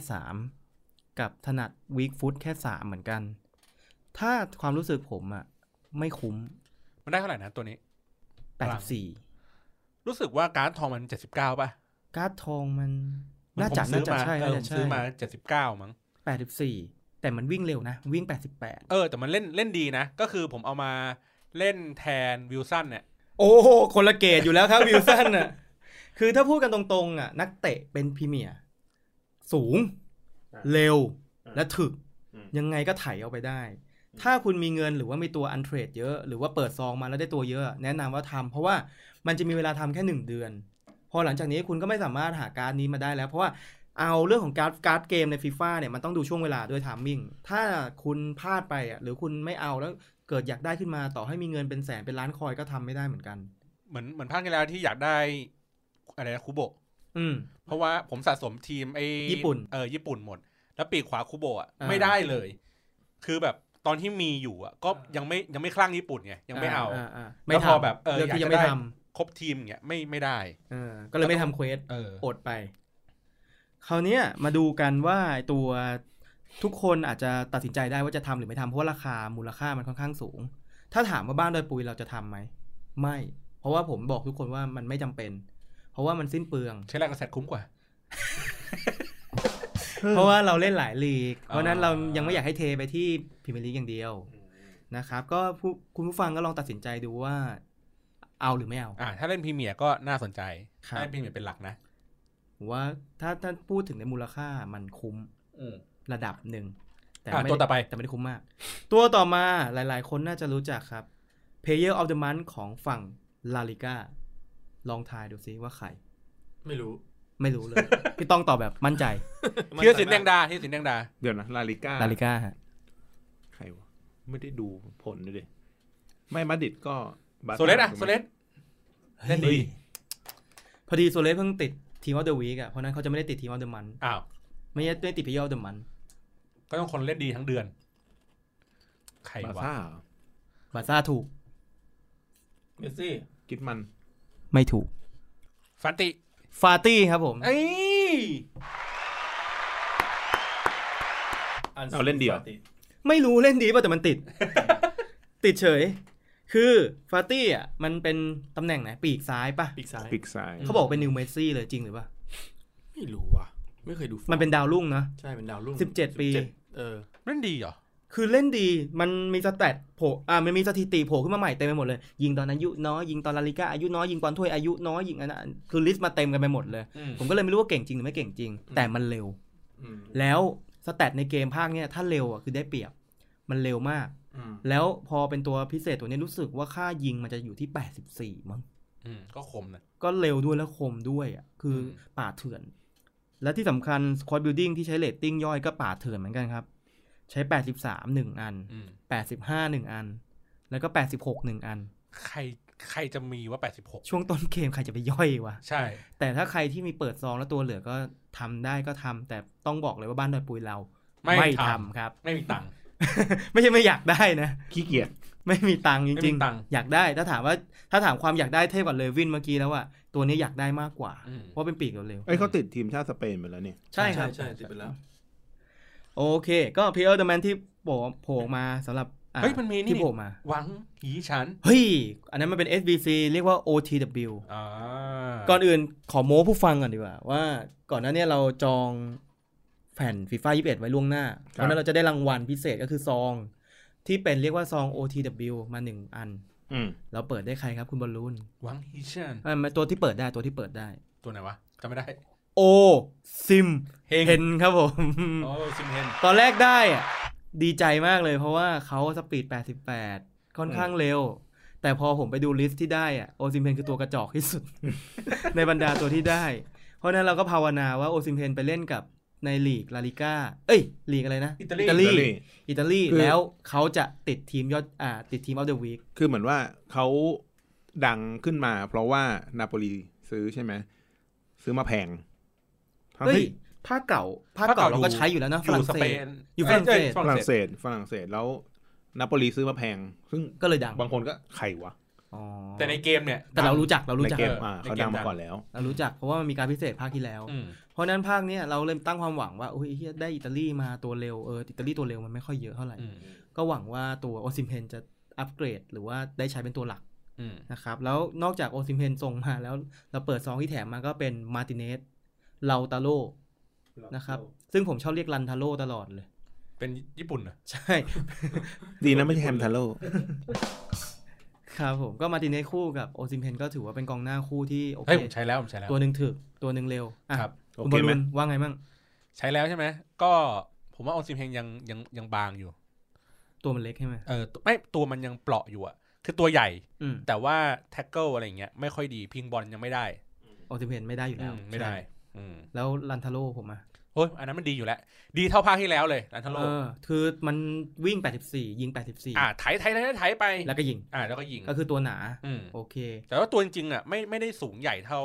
Speaker 3: 3 กับถนัดวีคฟุตแค่ 3 เหมือนกัน ถ้าความรู้สึกผมอ่ะ ไม่คุ้ม
Speaker 1: มันได้เท่าไหร่นะตัวนี้
Speaker 3: 84
Speaker 1: รู้สึกว่าการ์ดทองมัน 79 ป่ะ
Speaker 3: การ์ดทองมัน
Speaker 1: เหมือ
Speaker 3: น่าจะ
Speaker 1: ผมซื้
Speaker 3: น่า
Speaker 1: อ
Speaker 3: จะ
Speaker 1: มา
Speaker 3: ใช่
Speaker 1: เอ
Speaker 3: น่า
Speaker 1: อผ
Speaker 3: จะ
Speaker 1: ม
Speaker 3: ใช่
Speaker 1: ซื้อมา 79 มั้ง
Speaker 3: 84 แต่มันวิ่งเร็วนะ วิ่ง 88
Speaker 1: เออ แต่มันเล่นเล่นดีนะ ก็คือผมเอามาเล่นแทนวิลสันเนี่ย
Speaker 3: โอ้โหคนละเกตอยู่แล้วครับ วิลสันอ่ะ คือถ้าพูดกันตรงๆอ่ะ นักเตะเป็นพรีเมียร์สูง
Speaker 2: อ่ะ
Speaker 3: เร็ว
Speaker 2: อ่ะ
Speaker 3: และถึก
Speaker 2: อืม
Speaker 3: ยังไงก็ไถเอาไปได้ ถ้าคุณมีเงินหรือว่ามีตัวอันเทรดเยอะ หรือว่าเปิดซองมาแล้วได้ตัวเยอะ แนะนำว่าทำเพราะว่ามันจะมีเวลาทำแค่หนึ่งเดือน พอหลังจากนี้คุณก็ไม่สามารถหาการ์ดนี้มาได้แล้ว เพราะว่าเอาเรื่องของการ์ดการ์ดเกมในฟีฟ่าเนี่ยมันต้องดูช่วงเวลาด้วยทามมิ่งถ้าคุณพลาดไปอ่ะหรือคุณไม่เอาแล้วเกิดอยากได้ขึ้นมาต่อให้มีเงินเป็นแสนเป็นล้านคอยก็ทำไม่ได้เหมือนกัน
Speaker 1: เหมือนเหมือนภาคที่แล้วที่อยากได้อะไรนะคุโบะ
Speaker 3: อืม
Speaker 1: เพราะว่าผมสะสมทีมไอ้
Speaker 3: ญี่ปุ่น
Speaker 1: เออญี่ปุ่นหมด แล้วปีกขวาคุโบะอะ
Speaker 3: อ่า
Speaker 1: ไม่ได้เลย คือแบบตอนที่มีอยู่อ่ะ ก็
Speaker 3: อ่ายั
Speaker 1: ยังไม่ยังไม่คลั่งญี่ปุ่นไงยังไม่เอา
Speaker 3: ไม่
Speaker 1: แล้ว
Speaker 3: ทำ
Speaker 1: พอแบบเออ
Speaker 3: เรื่องที่
Speaker 1: อ
Speaker 3: ยั
Speaker 1: ยากจะ
Speaker 3: งไม่
Speaker 1: ได้
Speaker 3: ท
Speaker 1: ครบทีมเงี้ยไม่ไม่ได้
Speaker 3: ำเออก็เลยไม่ทำเควส
Speaker 1: เออ
Speaker 3: อดไป คราวเนี้ยมาดูกันว่าไอ้ตัวทุกคนอาจจะตัดสินใจได้ว่าจะทำหรือไม่ทำเพราะว่าราคามูลค่ามันค่อนข้างสูง ถ้าถามว่าบ้านดอยปุยเราจะทำไหม ไม่ เพราะว่าผมบอกทุกคนว่ามันไม่จำเป็น เพราะว่ามันสิ้นเปลือง
Speaker 1: ใช้แรงกระแสคุ้มกว่า
Speaker 3: เพราะว่าเราเล่นหลายลีก เพราะฉะนั้น
Speaker 1: อ่า
Speaker 3: เรายังไม่อยากให้เทไปที่พรีเมียร์ลีกอย่างเดียวนะครับ ก็ผู้คุณผู้ฟังก็ลองตัดสินใจดูว่า เอาหรือไม่เอา
Speaker 1: อ่าถ้าเล่นพรีเมียร์ก็น่าสนใจ
Speaker 3: ครับ
Speaker 1: ถ้าเล่นพรีเมียร์เป็นหลักนะ
Speaker 3: ผมว่าถ้าถ้าพูดถึงในมูลค่ามันคุ้ม
Speaker 1: อืม
Speaker 3: ระดับหนึ่ง
Speaker 1: อ่ะ
Speaker 3: ไม่
Speaker 1: ตัวต่อไป
Speaker 3: แต่ไม่ได้คุ้มมาก ตัวต่อมาหลายๆ คนน่าจะรู้จักครับ Player of the Month ของฝั่งลาลิก้าลองทายดูซิว่าใคร
Speaker 4: ไม่รู้
Speaker 3: ไม่รู้เลย พี่ต้องตอบแบบมั่นใจ
Speaker 1: เที่ยวสินแดงดาเที่ยวสินแดงดา
Speaker 2: เดี๋ยวนะลาลิก้า
Speaker 3: ลาลิก้าฮะ
Speaker 2: ใครวะไม่ได้ดูผลด้วยดิไม่มาดริดก็บาร์ซ่า
Speaker 1: โซเลสอะ
Speaker 2: ถูกไหม
Speaker 1: โซเลส เล่นดี
Speaker 3: ฮ้ยพอดีโซเลสเพิ่งติดทีมออฟเดอะวีกอ่ะเพราะนั้นเขาจะไม่ได้ติดทีมออฟเดอะมัน
Speaker 1: อ้าว
Speaker 3: ไม่ได้ไม่ติด Player of the Month
Speaker 1: ก็ต้องคนเล่นดีทั้งเดือน ใคร
Speaker 2: บาร์
Speaker 1: วะ
Speaker 2: ซ่าเหรอบ
Speaker 3: าซ่าถูก
Speaker 4: เมสซี่
Speaker 2: คิดมัน
Speaker 3: ไม่ถูก
Speaker 1: ฟันติ
Speaker 3: ฟาตี้ครับผม
Speaker 1: เอ้ย
Speaker 2: เอาเล่นเดี่ยว
Speaker 3: ไม่รู้เล่นดีป่ะแต่มันติด ติดเฉย คือฟาตี้อ่ะมันเป็นตำแหน่งไหนปีกซ้ายป่ะ
Speaker 4: ปีกซ้าย
Speaker 2: ปิกไซาย
Speaker 3: เขาบอกเป็นนิวเมสซี่เลยจริงหรือเปล่า
Speaker 4: ไม่รู้ว่ะ ไม่เคยดู
Speaker 3: มันเป็นดาวรุ่งนะ
Speaker 4: ใช่เป็นดาวรุ่ง
Speaker 3: 17ปี
Speaker 4: เออ
Speaker 1: เล่นดีเหรอ
Speaker 3: คือเล่นดี มันมีสแตทโผล่ อ่า มันมีสถิติโผล่ขึ้นมาใหม่เต็มไปหมดเลย ยิงตอนอายุน้อย ยิงตอนลาลิก้าอายุน้อย ยิงบอลถ้วยอายุน้อย ยิงอันนั้นคือลิสต์มาเต็มกันไปหมดเลย
Speaker 1: อืม
Speaker 3: ผมก็เลยไม่รู้ว่าเก่งจริงหรือไม่เก่งจริง แต่มันเร็ว
Speaker 4: อืม
Speaker 3: แล้วสแตทในเกมภาคเนี้ยถ้าเร็วอ่ะคือได้เปรียบ มันเร็วมาก
Speaker 4: อืม
Speaker 3: แล้วพอเป็นตัวพิเศษตัวเนี้ยรู้สึกว่าค่ายิงมันจะอยู่ที่ 84มั้ง
Speaker 1: อืมก็คมนะ
Speaker 3: ก็เร็วด้วยและคมด้วยอ่ะคืออ
Speaker 1: ม
Speaker 3: ป่าเถื่อน และที่สำคัญสควอตบิลดิ้งที่ใช้เลตติ้งย่อยก็ป่าเถื่อนเหมือนกันครับ ใช้ 83หนึ่งอัน
Speaker 1: อืม
Speaker 3: 85หนึ่งอัน แล้วก็ 86หนึ่งอัน
Speaker 1: ใครใครจะมีว่า 86
Speaker 3: ช่วงต้นเกมใครจะไปย่อยวะ
Speaker 1: ใช่
Speaker 3: แต่ถ้าใครที่มีเปิดซองแล้วตัวเหลือก็ทำได้ก็ทำแต่ต้องบอกเลยว่าบ้านดอยปุยเรา
Speaker 1: ไม่ทำ
Speaker 3: ทำครับ
Speaker 1: ไม่มีตังค์
Speaker 3: ไม่ใช่ไม่อยากได้นะ
Speaker 2: ขี้เกียจ
Speaker 3: ไม่มีตังค์จ
Speaker 1: ไม่
Speaker 3: ริง
Speaker 1: มีตังค์
Speaker 3: ๆ อยากได้ถ้าถามว่าถ้าถามความอยากได้เทียบกับเลวินเมื่อกี้แล้วอะตัวนี้อยากได้มากกว่า
Speaker 1: อืม
Speaker 3: เพราะเป็นปีกเร็วๆ
Speaker 2: เอ้ยเขาติดทีมชาติสเปนไปแล้วเนี่ย
Speaker 3: ใช่ครับ
Speaker 4: ใช่ติดไปแล้ว
Speaker 3: โอเค ก็พีเออร์เดอะแมนที่โผล่โผล่มาสำหรับอ่ะ
Speaker 1: เฮ้ยมันมีนี่
Speaker 3: ที่โผล่มา
Speaker 1: หวังหีฉัน
Speaker 3: เฮ้ย อันนั้นมันเป็น SBC เรียกว่า OTW
Speaker 1: อ่า
Speaker 3: ก่อนอื่นขอโม้ผู้ฟังก่อนดีกว่า ว่าก่อนหน้าเนี้เราจองแผ่นฟีฟ่า21 ไว้ล่วงหน้า เพ
Speaker 2: ครับ
Speaker 3: ราะนั้นเราจะได้รางวัลพิเศษก็คือซอง ที่เป็นเรียกว่าซอง OTW มาหนึ่งอัน
Speaker 2: อืม
Speaker 3: เราเปิดได้ใครครับคุณบอลลูน
Speaker 1: หวังหีฉัน
Speaker 3: อ่ะมาตัวที่เปิดได้ตัวที่เปิดได้
Speaker 1: ตัวไหนวะจำไม่ได้
Speaker 3: โอซิม
Speaker 1: เฮง
Speaker 3: เห็นครับผม
Speaker 1: โอ้ซิมเฮน
Speaker 3: ตอนแรกได้อะดีใจมากเลยเพราะว่าเขาสปีด 88 ค่อนข้างเร็ว แต่พอผมไปดูลิสต์ที่ได้อะโอซิมเพนคือตัวกระจ อกที่สุด ในบรรดาตัวที่ได้ เพราะฉะนั้นเราก็ภาวนาว่าโอซิมเพนไปเล่นกับ ในลีกลาลิก้าเอ้ยลีกอะไรนะ
Speaker 4: อิตาลี
Speaker 2: อิตาลี
Speaker 3: อิตาลี
Speaker 2: คือ
Speaker 3: แล้วเขาจะติดทีมยอดอ่าติดทีมออฟเดอะวีค
Speaker 2: คือเหมือนว่าเขาดังขึ้นมา เพราะว่านาโปลีซื้อใช่ไหมซื้อมาแพงทั้ง
Speaker 3: เฮ้ย
Speaker 2: ที่
Speaker 3: ผ้าเก่าผ้า
Speaker 1: ผ้า
Speaker 3: เก่า
Speaker 1: เก่า
Speaker 3: เราก็
Speaker 1: อยู่
Speaker 3: ใช้อยู่แล้วนะ
Speaker 1: อ
Speaker 3: ฝรั่
Speaker 1: ยู่
Speaker 3: ง
Speaker 1: ส
Speaker 3: เศ
Speaker 1: เป
Speaker 3: ส
Speaker 1: น
Speaker 3: อยู่ฝรั่งเศส
Speaker 1: อ้ย
Speaker 2: ฝ
Speaker 1: ฝรั่
Speaker 2: รั่
Speaker 1: ง
Speaker 2: ง
Speaker 1: เศส
Speaker 2: เศสฝรั่งเศสแล้วนาโปลีซื้อมาแพง ซึ่ง
Speaker 3: ก็เลยดัง
Speaker 2: บางคนก็ใครวะ
Speaker 3: อ๋อ
Speaker 1: แต่ในเกมเนี่ย
Speaker 3: แต่เรารู้จักเรารู้
Speaker 2: ใน
Speaker 3: จัก
Speaker 2: เกม
Speaker 3: เออ
Speaker 2: อ่าเขาดังมาก่อนแล้ว
Speaker 3: เรารู้จักเพราะว่ามันมีการพิเศษภาคที่แล้ว
Speaker 1: อืม
Speaker 3: เพราะฉะนั้นภาคเนี้ยเราเลยตั้งความหวังว่าโอ้ยเฮียได้อิตาลีมาตัวเร็วเอออิตาลีตัวเร็วมันไม่ค่อยเยอะเท่าไหร่
Speaker 1: อืม
Speaker 3: ก็หวังว่าตัวโอซิมเพนจะอัปเกรด หรือว่าได้ใช้เป็นตัวหลัก
Speaker 1: อืม
Speaker 3: นะครับแล้วนอกจากโอซิมเพนส่งมาแล้วเราเปิดซองที่แถมมาก็เป็นมาติเนสเลาตาโลนะครับซึ่งผมชอบเรียกลันทาโลตลอดเลย
Speaker 1: เป็นญี่ปุ่นเหรอ
Speaker 3: ใช่
Speaker 2: ดีนะไม่ใช่แฮมทาโร่
Speaker 3: ครับผมก็มาติเนสคู่กับโอซิมเพนก็ถือว่าเป็นกองหน้าคู่ที่โอเค
Speaker 1: เฮ้ยผมใช้แล้วผมใช้แล้ว
Speaker 3: ตัวหนึ่งถึกตัวหนึ่งเร็วอ่ะ
Speaker 1: ครับ
Speaker 2: โอ
Speaker 3: คุณ
Speaker 2: เค
Speaker 3: บอล
Speaker 2: ไหม
Speaker 3: ลูนว่าไงมั่ง
Speaker 1: ใช้แล้วใช่ไหมก็ผมว่าออนซิมเฮงยังยังยังบางอยู่
Speaker 3: ตัวมันเล็กใช่ไหม
Speaker 1: เออตัวไม่ตัวมันยังเปราะอยู่อะคือตัวใหญ่
Speaker 3: อืม
Speaker 1: แต่ว่าแท็กเกิลอะไรอย่างเงี้ยไม่ค่อยดีพิงบอลยังไม่ได้
Speaker 3: โอซิมเพนไม่ได้อยู่แล้ว
Speaker 1: อืมไม่ได้
Speaker 3: ใช่
Speaker 1: อืม
Speaker 3: แล้วลันทาโลผมอ่ะ
Speaker 1: โอ้ยอันนั้นมันดีอยู่แล้ว ดีเท่าภาคที่แล้วเลยลันทโล
Speaker 3: เออคือมันวิ่ง 84 ยิง
Speaker 1: อ่าไถไถไถไถไถไป
Speaker 3: 84 แล้วก็ยิง
Speaker 1: อ่าแล้วก็ยิง
Speaker 3: ก็คือตัวหนา
Speaker 1: อืม
Speaker 3: โอเค
Speaker 1: แต่ว่าตัวจริงๆอ่ะไม่ไม่ได้สูงใหญ่เท่า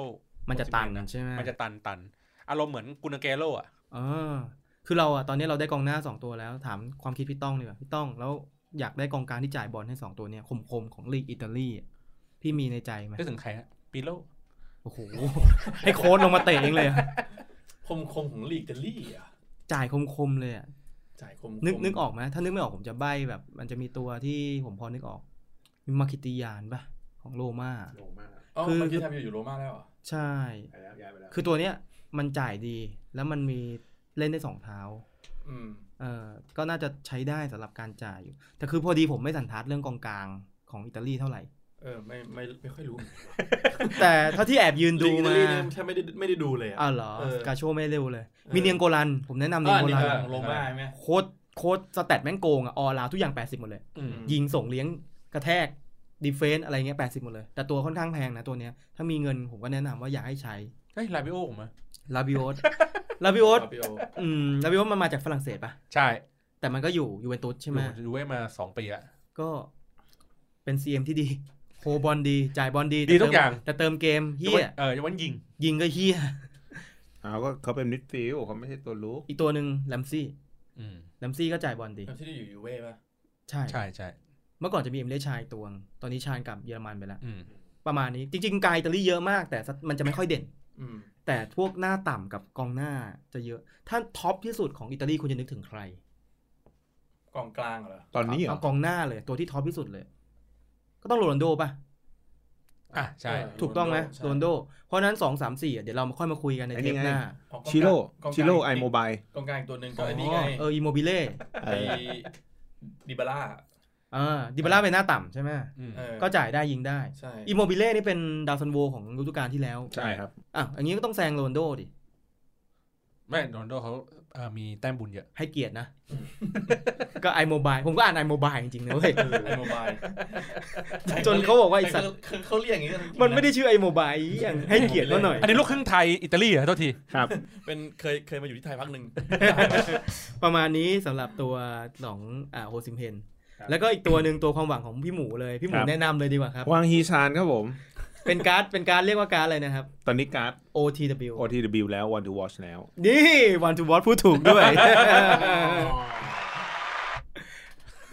Speaker 3: มันจะตัน
Speaker 1: โอซิเมน
Speaker 3: ใช่ไหม
Speaker 1: มันจะตันตันอารมณ์เหมือนกุนเกโรอ่ะ
Speaker 3: เออคือเราอะตอนนี้เราได้กองหน้าสองตัวแล้ว ถามความคิดพี่ต้องดีกว่าพี่ต้อง แล้วอยากได้กองกลางที่จ่ายบอลให้สองตัวเนี่ยคมๆของลีกอิตาลีอะพี่มีในใจไหม
Speaker 1: นึกถึงใครฮะปีโล
Speaker 3: โอ้โห ให้โค้ดลงมาเตะเองเลยอะ
Speaker 4: คมคมๆของลีกอิตาลีอ่ะ
Speaker 3: จ่ายคมๆเลยอะ
Speaker 4: จ่ายคม
Speaker 3: นึกนึกออกไหมถ้านึกไม่ออกผมจะใบ้แบบ มันจะมีตัวที่ผมพอนึกออกมีมาคิติยานปะของโรม่า คื
Speaker 4: คือ อเมื่อกี้ทำอยู่อยู่โรม่าแล้วเหรอ
Speaker 3: ใช่ คือตัวเนี้ยมันจ่ายดีแล้วมันมีเล่นได้สองเท้า
Speaker 4: อืม
Speaker 3: เออก็น่าจะใช้ได้สำหรับการจ่ายอยู่ แต่คือพอดีผมไม่สันทัดเรื่องกองกลางของอิตาลีเท่าไหร่
Speaker 4: เออไม่ไม่ไม่ค่อยรู้
Speaker 3: แต่เท่าที่แอบยืนดู
Speaker 4: ลีกอิตา
Speaker 3: มา
Speaker 4: ลีเนี่ยแทบไม่ได้ไม่ได้ดูเลยอ่ะ
Speaker 3: อ้าวเหรอ
Speaker 4: เออก
Speaker 3: าโชไม่เร็วเลย
Speaker 4: ออ
Speaker 3: มีเนียงโกลัน ผมแนะนำเนียงโก
Speaker 4: นี่
Speaker 3: ลัน
Speaker 4: ก็โรม่าใช่ไหม
Speaker 3: โค้ดโค้ดสแตทแม่งโกงอะออลาวทุกอย่าง 80 หมดเลย
Speaker 1: อืม
Speaker 4: ม
Speaker 3: ยิงส่งเลี้ยงกระแทกดีเฟนส์อะไรเงี้ย80 หมดเลย แต่ตัวค่อนข้างแพงนะตัวเนี้ยถ้ามีเงินผมก็แนะนำว่าอยากให้ใช้
Speaker 1: เฮ้ยลาบิโอผมอะ
Speaker 3: ลาบิโอส ลาบิโอส
Speaker 4: ปาปิโอ
Speaker 3: อืมลาบิโอสมันมาจากฝรั่งเศสปะ
Speaker 1: ใช่
Speaker 3: แต่มันก็อยู่ยูเวนตุสใช่ไหม
Speaker 1: ดูไว้มาสองปีละ
Speaker 3: ก็เป็น CM ที่ดีโฮบอลดี จ่ายบอลดี
Speaker 1: ดีทุก
Speaker 3: แเม
Speaker 1: อย่าง
Speaker 3: แต่เติมเกมเฮีย
Speaker 1: เออยังวันยิง
Speaker 3: ยิงก็เฮีย
Speaker 2: เอาก็เขาเป็นมิดฟิลด์เขาไม่ใช่ตัวลุก
Speaker 3: อีกตัวหนึ่งแลมซี่
Speaker 1: อืม
Speaker 3: แลมซี่ก็จ่ายบอลดี
Speaker 4: ทำที่ได้อยู่ยูเว่ป่ะ
Speaker 3: ใช่
Speaker 1: ใช่ใช่
Speaker 3: เมื่อก่อนจะมีเอ็มเลชายตัวงตอนนี้ชานกลับเยอรมันไปแล้ว
Speaker 1: อืม
Speaker 3: ประมาณนี้จริงๆกายอิตาลีเยอะมาก แต่มันจะไม่ค่อยเด่น
Speaker 4: อืม
Speaker 3: แต่พวกหน้าต่ำกับกองหน้าจะเยอะ ถ้าท็อปที่สุดของอิตาลีคุณจะนึกถึงใคร
Speaker 4: กองกลางเหรอ
Speaker 2: ตอนนี้เหร
Speaker 3: เอา
Speaker 2: อก
Speaker 3: องหน้าเลยตัวที่ท็อปที่สุดเลย ก็ต้องโรนัลโดป่ะ
Speaker 1: อ่ะใช่
Speaker 4: เ
Speaker 3: ถูกต้องไหม
Speaker 4: ใช่
Speaker 3: โรนัลโด เพราะฉะนั้นสองสามสี่อ่ะเดี๋ยวเรามาค่อยมาคุยกันในเทปหน้า
Speaker 4: อ๋อกองกลาง
Speaker 2: ชิโร่
Speaker 4: กงกลาง
Speaker 2: ชิโร่ไอโมบาย
Speaker 4: กองกลางอีกตัวหนึ่งก็
Speaker 3: อ๋อ
Speaker 4: ไอ้นี่ไง
Speaker 3: เอออิโมบิเล่
Speaker 2: เอ
Speaker 4: ไอ้
Speaker 2: อ
Speaker 4: ดิบาร่า
Speaker 3: อ่าดิบาร่าเป็นหน้าต่ำใช่ไหม
Speaker 1: อืม
Speaker 4: เออ
Speaker 3: ก็จ่ายได้ยิงได้
Speaker 4: ใช่
Speaker 3: อิโมบิเล่นี่เป็นดาวซันโวของฤดูกาลที่แล้ว
Speaker 2: ใช่ครับ
Speaker 3: อ่ะอันนี้ก็ต้องแซงโรนลโดดิ
Speaker 1: ไม่โรนลโดเขาเอ่อมีแต้มบุญเยอะ
Speaker 3: ให้เกียรตินะ ก็ไอโมบายผมก็อ่านไอโมบายจริงๆนะเว้ย
Speaker 4: เออไอโมบาย
Speaker 3: จนเขาบอกว่าไอ้สัตว์
Speaker 4: แต่เขาเรียกอย่างนี้กันจริงๆ
Speaker 3: มันไม่ได้ชื่อไอโมบายอย่างให้เกียรติเขาหน่อย
Speaker 1: อันนี้ลูกครึ่งไทย อิตาลีเหรอโทษที
Speaker 2: ครับ
Speaker 4: เป็นเคยเคยมาอยู่ที่ไทยพักหนึ่ง
Speaker 3: ประมาณนี้สำหรับตัวของอ่าโฮซิมเพน
Speaker 2: ครับ
Speaker 3: แล้วก็อีกตัวหนึ่งตัวความหวังของพี่หมูเลยพี่หมู
Speaker 2: ครับ
Speaker 3: แนะนำเลยดีกว่าครับ
Speaker 2: วางฮีชานครับผม
Speaker 3: เป็นการ์ดเป็นการ์ดเรียกว่าการ์ดอะไรนะครับ
Speaker 2: ตอนนี้การ์ด
Speaker 3: OTW
Speaker 2: OTW แล้ว One to Watch แล้ว
Speaker 3: นี่ วันทูวอตพูดถูกด้วย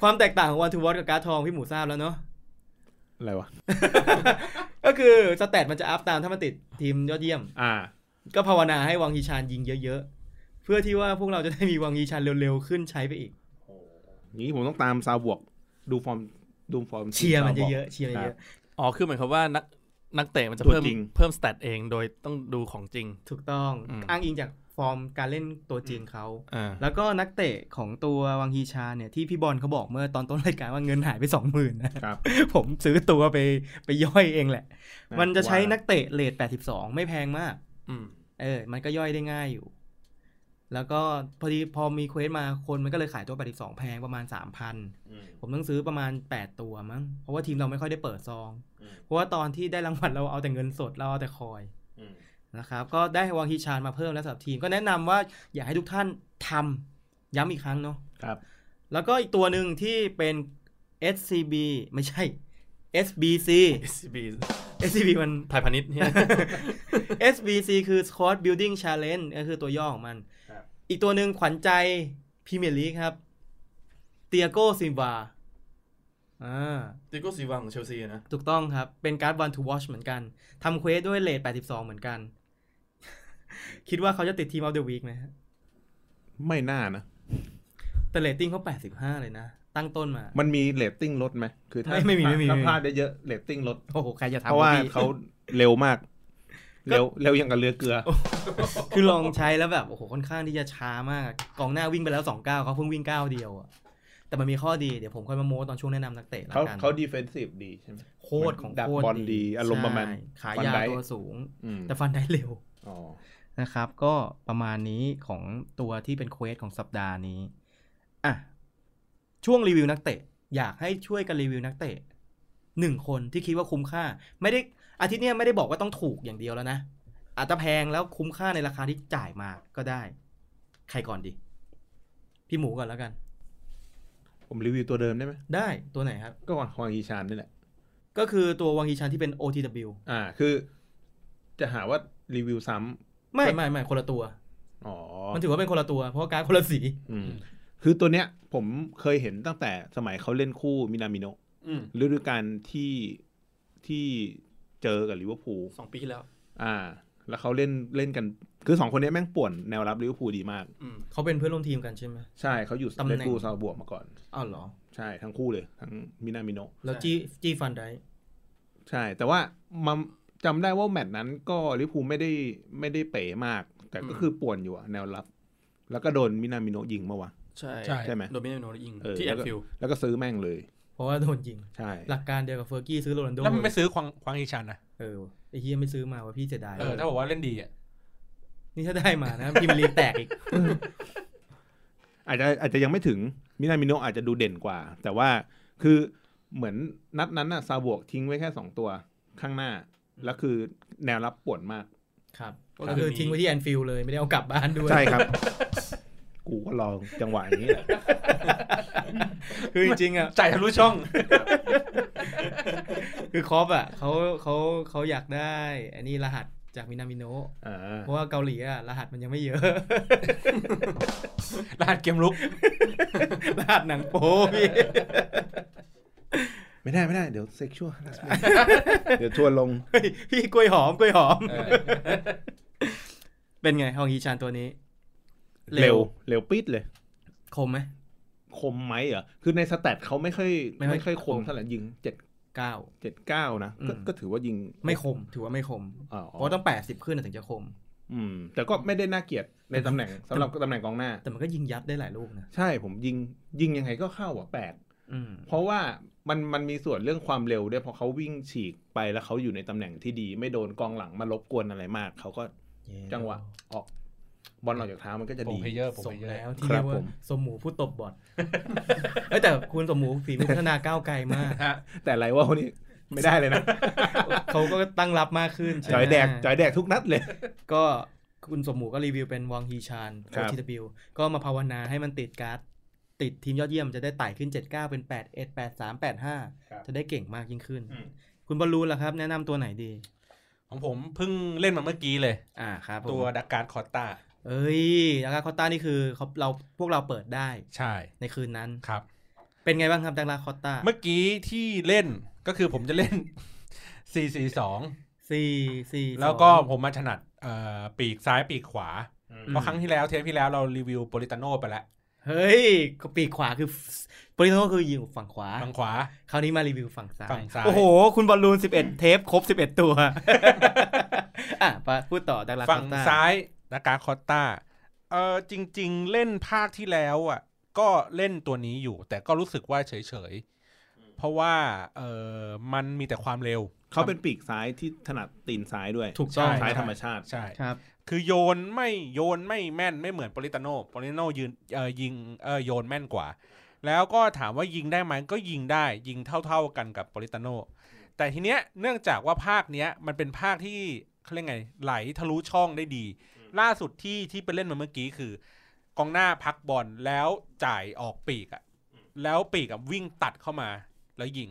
Speaker 3: ความแตกต่างของวันทูวอตกับการ์ดทองพี่หมูทราบแล้วเนาะ
Speaker 2: อะไรวะ
Speaker 3: ก็คือสแตทมันจะอัพตามถ้ามันติดทีมยอดเยี่ยม
Speaker 2: อ่า
Speaker 3: ก็ภาวนาให้วังฮีชานยิงเยอะๆ เพื่อที่ว่าพวกเราจะได้มีวังฮีชานเร็วๆ ขึ้นใช้ไปอีก
Speaker 2: นี้ผมต้องตามซาวบวก ดูฟอร์ม ดูฟอร์ม
Speaker 3: เชียร์มัน
Speaker 2: ซาวบวก
Speaker 3: เยอะๆเชียร์มันเยอะ
Speaker 5: อ๋อ คือเหมือนครับว่านักนักเตะมันจะ
Speaker 2: ตัว
Speaker 5: เพิ่ม
Speaker 2: จริง
Speaker 5: เพิ่มสเตตเองโดยต้องดูของจริง
Speaker 3: ๆถูกต้อง
Speaker 5: อืม
Speaker 3: อ้างอิงจากฟอร์มการเล่นตัวจริงเขา
Speaker 5: อ่า
Speaker 3: แล้วก็นักเตะของตัววังฮีชาเนี่ยที่พี่บอลเขาบอกเมื่อตอนต้นรายการว่าเงินหายไปสองหมื่นนะครับ ผมซื้อตัวไปไปย่อยเองแหละ
Speaker 2: า
Speaker 3: มันจะใช้
Speaker 2: กลัว
Speaker 3: นักเตะเลท82 ไม่แพงมาก
Speaker 5: อืม
Speaker 3: เออ มันก็ย่อยได้ง่ายอยู่ แล้วก็พอดีพอมีเควสมาคนมันก็เลยขายตัว 82 แพงประมาณ 3,000
Speaker 2: อืม
Speaker 3: ผมต้องซื้อประมาณ 8 ตัวมั้ง เพราะว่าทีมเราไม่ค่อยได้เปิดซอง
Speaker 2: อืม
Speaker 3: เพราะว่าตอนที่ได้รางวัลเราเอาแต่เงินสดเราเอาแต่คอย
Speaker 2: อืม
Speaker 3: นะครับก็ได้วังฮิชานมาเพิ่มแล้วสำหรับทีมก็แนะนำว่าอยากให้ทุกท่านทำย้ำอีกครั้งเนาะ
Speaker 2: ครับ
Speaker 3: แล้วก็อีกตัวหนึ่งที่เป็น SCB ไม่ใช่ SBC
Speaker 5: SCB
Speaker 3: SCB มัน
Speaker 5: ไทยพาณิชย์ เนี่ย
Speaker 3: SBC คือ Squad Building Challenge ก็คือตัวย่อของมัน
Speaker 2: ครับ
Speaker 3: อีกตัวหนึ่งขวัญใจพรีเมียร์ลีกครับเตียโกซิมวาอ่า
Speaker 4: ติโก้สีวังของเชลซีนะ
Speaker 3: ถูกต้องครับ เป็นการ์ดวันทูวอชเหมือนกันทำเควสด้วยเลท82 เหมือนกัน คิดว่าเขาจะติดทีมเอาเดอะวีคไหมฮะ
Speaker 2: ไม่น่านะ
Speaker 3: แต่เลตติ้งเขา85 เลยนะ ตั้งต้นมา
Speaker 2: มันมีเรตติ้งลดไหมคือถ้า
Speaker 3: ไม่ไม่มีไม่มี
Speaker 2: ถ้า
Speaker 3: ไม่มี
Speaker 2: พลาดเยอะๆเรตติ้งลด
Speaker 3: โอ้โห ใครจะทำ
Speaker 2: เพราะว่า
Speaker 3: พี่
Speaker 2: เขาเร็วมาก เร็วเร็วอยังกับเรือเกลือ
Speaker 3: คือลองใช้แล้วแบบ โอ้โห ค่อนข้างที่จะช้ามาก กองหน้าวิ่งไปแล้ว 2 9เก้าเขาเพิ่งวิ่งเก้าเดียวอะแต่มันมีข้อดีเดี๋ยวผมค่อยมาโม้ตอนช่วงแนะนำนักเตะละ
Speaker 2: เขา
Speaker 3: กัน
Speaker 2: เขาดีเฟนซีฟดีใช่ไหม
Speaker 3: โคตรของ
Speaker 2: ดัก
Speaker 3: โคตร
Speaker 2: บอลดีอารมณ์ประมาณ
Speaker 3: ใช่ขาย
Speaker 2: ฟัน
Speaker 3: ยาว
Speaker 2: ได
Speaker 3: ตัวสูง
Speaker 2: อืม
Speaker 3: แต่ฟันได้เร็ว
Speaker 2: อ๋อ
Speaker 3: นะครับ ก็ประมาณนี้ของตัวที่เป็นเควสของสัปดาห์นี้อ่ะช่วงรีวิวนักเตะ อยากให้ช่วยกันรีวิวนักเตะหนึ่งคนที่คิดว่าคุ้มค่า ไม่ได้อาทิตย์เนี้ยไม่ได้บอกว่าต้องถูกอย่างเดียวแล้วนะ อาจจะแพงแล้วคุ้มค่าในราคาที่จ่ายมาก็ได้ ใครก่อนดี พี่หมูก่อนแล้วกัน
Speaker 2: ผมรีวิวตัวเดิมได้ไหม
Speaker 3: ได้ตัวไหนครับ
Speaker 2: ก็ฮวางอีชานนี่แหละ
Speaker 3: ก็คือตัววังฮีชันที่เป็น OTW
Speaker 2: อ่า คือ จะหาว่ารีวิวซ้ำ
Speaker 3: ไม่ไม่ไม่คนละตัว
Speaker 2: อ๋อ
Speaker 3: มันถือว่าเป็นคนละตัว เพราะว่าการดคนละสี
Speaker 2: อืม คือตัวเนี้ย ผมเคยเห็นตั้งแต่สมัยเขาเล่นคู่มินามิโนะ
Speaker 1: อืม
Speaker 2: ฤดูกาลที่ที่เจอกับลิเวอร์พูล
Speaker 5: สองปีที่แล้ว
Speaker 2: อ่า แล้วเขาเล่นเล่นกัน คือสองคนเนี้ยแม่งป่วนแนวรับลิเวอร์พูลดีมาก
Speaker 5: อืม
Speaker 3: เขาเป็นเพื่อนร่วมทีมกันใช่ไหม
Speaker 2: ใช่เขาอยู่
Speaker 3: ตำแหน่
Speaker 2: เล
Speaker 3: ง
Speaker 2: ดบูลซาบวกมาก่อน
Speaker 3: อ้าวเหรอ
Speaker 2: ใช่ ทั้งคู่เลย ทั้งมินามิโนะ
Speaker 3: แล้ว
Speaker 4: ใช่
Speaker 3: จีจีฟันได้
Speaker 2: ใช่ แต่ว่ามันจำได้ว่าแมตช์นั้นก็ลิเวอร์พูลไม่ได้ไม่ได้เป๋มาก แต่ก็
Speaker 5: อืม
Speaker 2: คือป่วนอยู่อะแนวรับ แล้วก็โดนมินามิโนะยิงมาวะ
Speaker 5: ใช่
Speaker 4: ใช่
Speaker 2: ใช่ไหม
Speaker 5: โดมิเนโนยิง
Speaker 2: เออ
Speaker 5: ที่แอ
Speaker 2: แล้ว
Speaker 5: น
Speaker 2: ก็
Speaker 5: ฟิลด์
Speaker 2: แล้วก็ซื้อแม่งเลย
Speaker 3: เพราะว่าโดนยิง
Speaker 2: ใช่
Speaker 3: หลักการเดียวกับเฟอร์กี้ซื้อโรนัลโด
Speaker 1: แล้วมันไม่ซื้อควางควางอีชันนะ
Speaker 3: เออไอ้เฮียไม่ซื้อมาว่าพี่เสียดาย
Speaker 1: เออถ้าบอกว่าเล่นดีอ่ะ
Speaker 3: นี่ถ้าได้มานะพิมยร์ลีกแตกอีก
Speaker 2: อาจจะอาจจะยังไม่ถึงมินามิโนะอาจจะดูเด่นกว่า แต่ว่าคือเหมือนนัดนั้นน่ะซาบวกทิ้งไว้แค่สองตัวข้างหน้า แล้วคือแนวรับป่วนมาก
Speaker 3: ครับ
Speaker 5: ก็
Speaker 3: ก็
Speaker 5: คื
Speaker 3: คือ อ
Speaker 5: ทิ้
Speaker 3: ทิ้
Speaker 5: ง
Speaker 3: ง
Speaker 5: ไว้
Speaker 3: ไว้ที่แอนฟิลด์เลยไม่ได้เอากลับบ้านด้วย
Speaker 2: ใช่ครับ กูก็ลองจังหวะอย่างนี้แหละ
Speaker 3: คือจริงๆอ่ะ
Speaker 1: จ่ายทะลุช่อง
Speaker 3: คือคอปอ่ะเขาเขาเขาอยากได้อันนี้รหัสจากมินามิโนะ
Speaker 2: อ่า
Speaker 3: เพราะว่าเกาหลีอ่ะรหัสมันยังไม่เยอะ
Speaker 1: รหัสเกมลุก
Speaker 3: รหัสหนังโป๊พี่
Speaker 2: ไม่ได้ไม่ได้เดี๋ยวเซ็กชวล เดี๋ยวทัวร์ลง
Speaker 3: เฮ้ยพี่กล้วยหอมกล้วยหอม เป็นไงฮองฮีชานตัวนี้ เร็
Speaker 2: เร็
Speaker 3: ว
Speaker 2: วเร็วปิดเลย
Speaker 3: คมไหม
Speaker 2: คมไหมเหรอ คือในสแตทเขาไม่ค่อย
Speaker 3: ไม่ค่อย
Speaker 2: ไม่ค่อยคม
Speaker 3: คม
Speaker 2: เท่าไหร่ยิงเจ็ด
Speaker 3: เก้า
Speaker 2: เจ็ดเก้านะก็
Speaker 3: อืม
Speaker 2: ก็ถือว่ายิง
Speaker 3: ไม่คม ถือว่าไม่คม
Speaker 2: อ๋อ
Speaker 3: เพราะต้อง 80 ขึ้นนะถึงจะคม
Speaker 2: อืม แต่ก็ไม่ได้น่าเกลียดในตำแหน่งสำหรับตำแหน่งกองหน้า
Speaker 3: แต่มันก็ยิงยัดได้หลายลูกนะ
Speaker 2: ใช่ผมยิงยิงยังไงก็เข้าอ่ะแปลก
Speaker 3: อืม
Speaker 2: เพราะว่ามันมันมีส่วนเรื่องความเร็วด้วยเพราะเขาวิ่งฉีกไปแล้วเขาอยู่ในตำแหน่งที่ดี ไม่โดนกองหลังมารบกวนอะไรมาก เขาก็จังหวะออกบอลออกจากเท้ามันก็จะ
Speaker 1: ผม
Speaker 2: ดี
Speaker 1: เพเยอร์ผม
Speaker 3: ส
Speaker 1: เพ
Speaker 3: ม
Speaker 1: เยอ
Speaker 3: แล้
Speaker 1: ร์
Speaker 3: วที่
Speaker 2: ครั
Speaker 3: เรีย
Speaker 2: บ
Speaker 3: ก
Speaker 2: ผ
Speaker 3: ว่าม สมหมูผู้ตบบอด เอ้ยแต่คุณสมหมูฝีมือพัฒนาก้าวไกลมาก
Speaker 2: แต่ไรว่าวันนี้ไม่ได้เลยนะ
Speaker 3: เขาก็ตั้งรับมากขึ้นใช่ไห
Speaker 2: จ
Speaker 3: ม
Speaker 2: อยแดกจอยแดกทุกนัดเลย
Speaker 3: ก็คุณสมหมูก็รีวิวเป็นวังฮีชาน
Speaker 2: ครับ
Speaker 3: OTW ก็มาภาวนาให้มันติดการ์ดติดทีมยอดเยี่ยมจะได้ไต่ขึ้น 79 เป็น 8 1 8 3 8
Speaker 2: ครับ
Speaker 3: 5 จะได้เก่งมากยิ่งขึ้น
Speaker 1: อืม
Speaker 3: คุณบอลลูนล่ะครับ แนะนำตัวไหนดี
Speaker 1: ของผมเพิ่งเล่นมาเมื่อกี้เลย
Speaker 3: อ่าครับผม
Speaker 1: ตัวดักการคอตตา
Speaker 3: เอ้ยดักลาคอตต้านี่คือเขาเราพวกเราเปิดได้
Speaker 1: ใช่
Speaker 3: ในคืนนั้น
Speaker 1: ครับ
Speaker 3: เป็นไงบ้างครับดักลาคอตต้า
Speaker 1: เมื่อกี้ที่เล่นก็คือผมจะ เล่น 442
Speaker 3: สี่สี่สอง
Speaker 1: แล้วก็ผมมาถนัดเอ่อปีกซ้ายปีกขวา
Speaker 3: อืม
Speaker 1: เพราะครั้งที่แล้วเทปที่แล้วเรารีวิวโปลิตาโนไปแล้ว
Speaker 3: เฮ้ยปีกขวาคือปริโนคืออยู่ฝั่งขวา
Speaker 1: ฝั่งขวา
Speaker 3: คราวนี้มารีวิวฝั่งซ้าย
Speaker 1: ฝั่งซ้าย
Speaker 3: โอ้โห คุณบอลลูน 11 เทป ครบ 11 ตัว อ่ะไปพูดต่อดักลาค
Speaker 1: ฝั่
Speaker 3: อง ตตา
Speaker 1: ซ้ายนาการคอตตาเออจริง ๆ เล่นภาคที่แล้วอ่ะ ก็เล่นตัวนี้อยู่ แต่ก็รู้สึกว่าเฉยๆ เพราะว่าเออมันมีแต่ความเร็ว
Speaker 2: เขาเป็นปีกซ้ายที่ถนัดตีนซ้ายด้วย
Speaker 3: ถูกต้อง
Speaker 1: ใช่
Speaker 2: ซ้าย
Speaker 3: ค
Speaker 2: ธ
Speaker 3: รั
Speaker 2: รร
Speaker 3: บ
Speaker 2: มชาติ
Speaker 1: ใช่
Speaker 3: ครับ
Speaker 1: คือโยนไม่โยนไม่แม่นไม่เหมือนโปลิตาโนโปลิตาโนยืนเอ่อยิงเอ่อโยนแม่นกว่า แล้วก็ถามว่ายิงได้ไหมก็ยิงได้ยิงเท่า ๆกันกับโปลิตาโนแต่ทีเนี้ยเนื่องจากว่าภาคเนี้ยมันเป็นภาคที่ เขาเรียกไง ไหลทะลุช่องได้ดี ล่าสุดที่ที่ไปเล่นมาเมื่อกี้คือกองหน้าพักบอลแล้วจ่ายออกปีกอะแล้วปีกอะวิ่งตัดเข้ามาแล้วยิง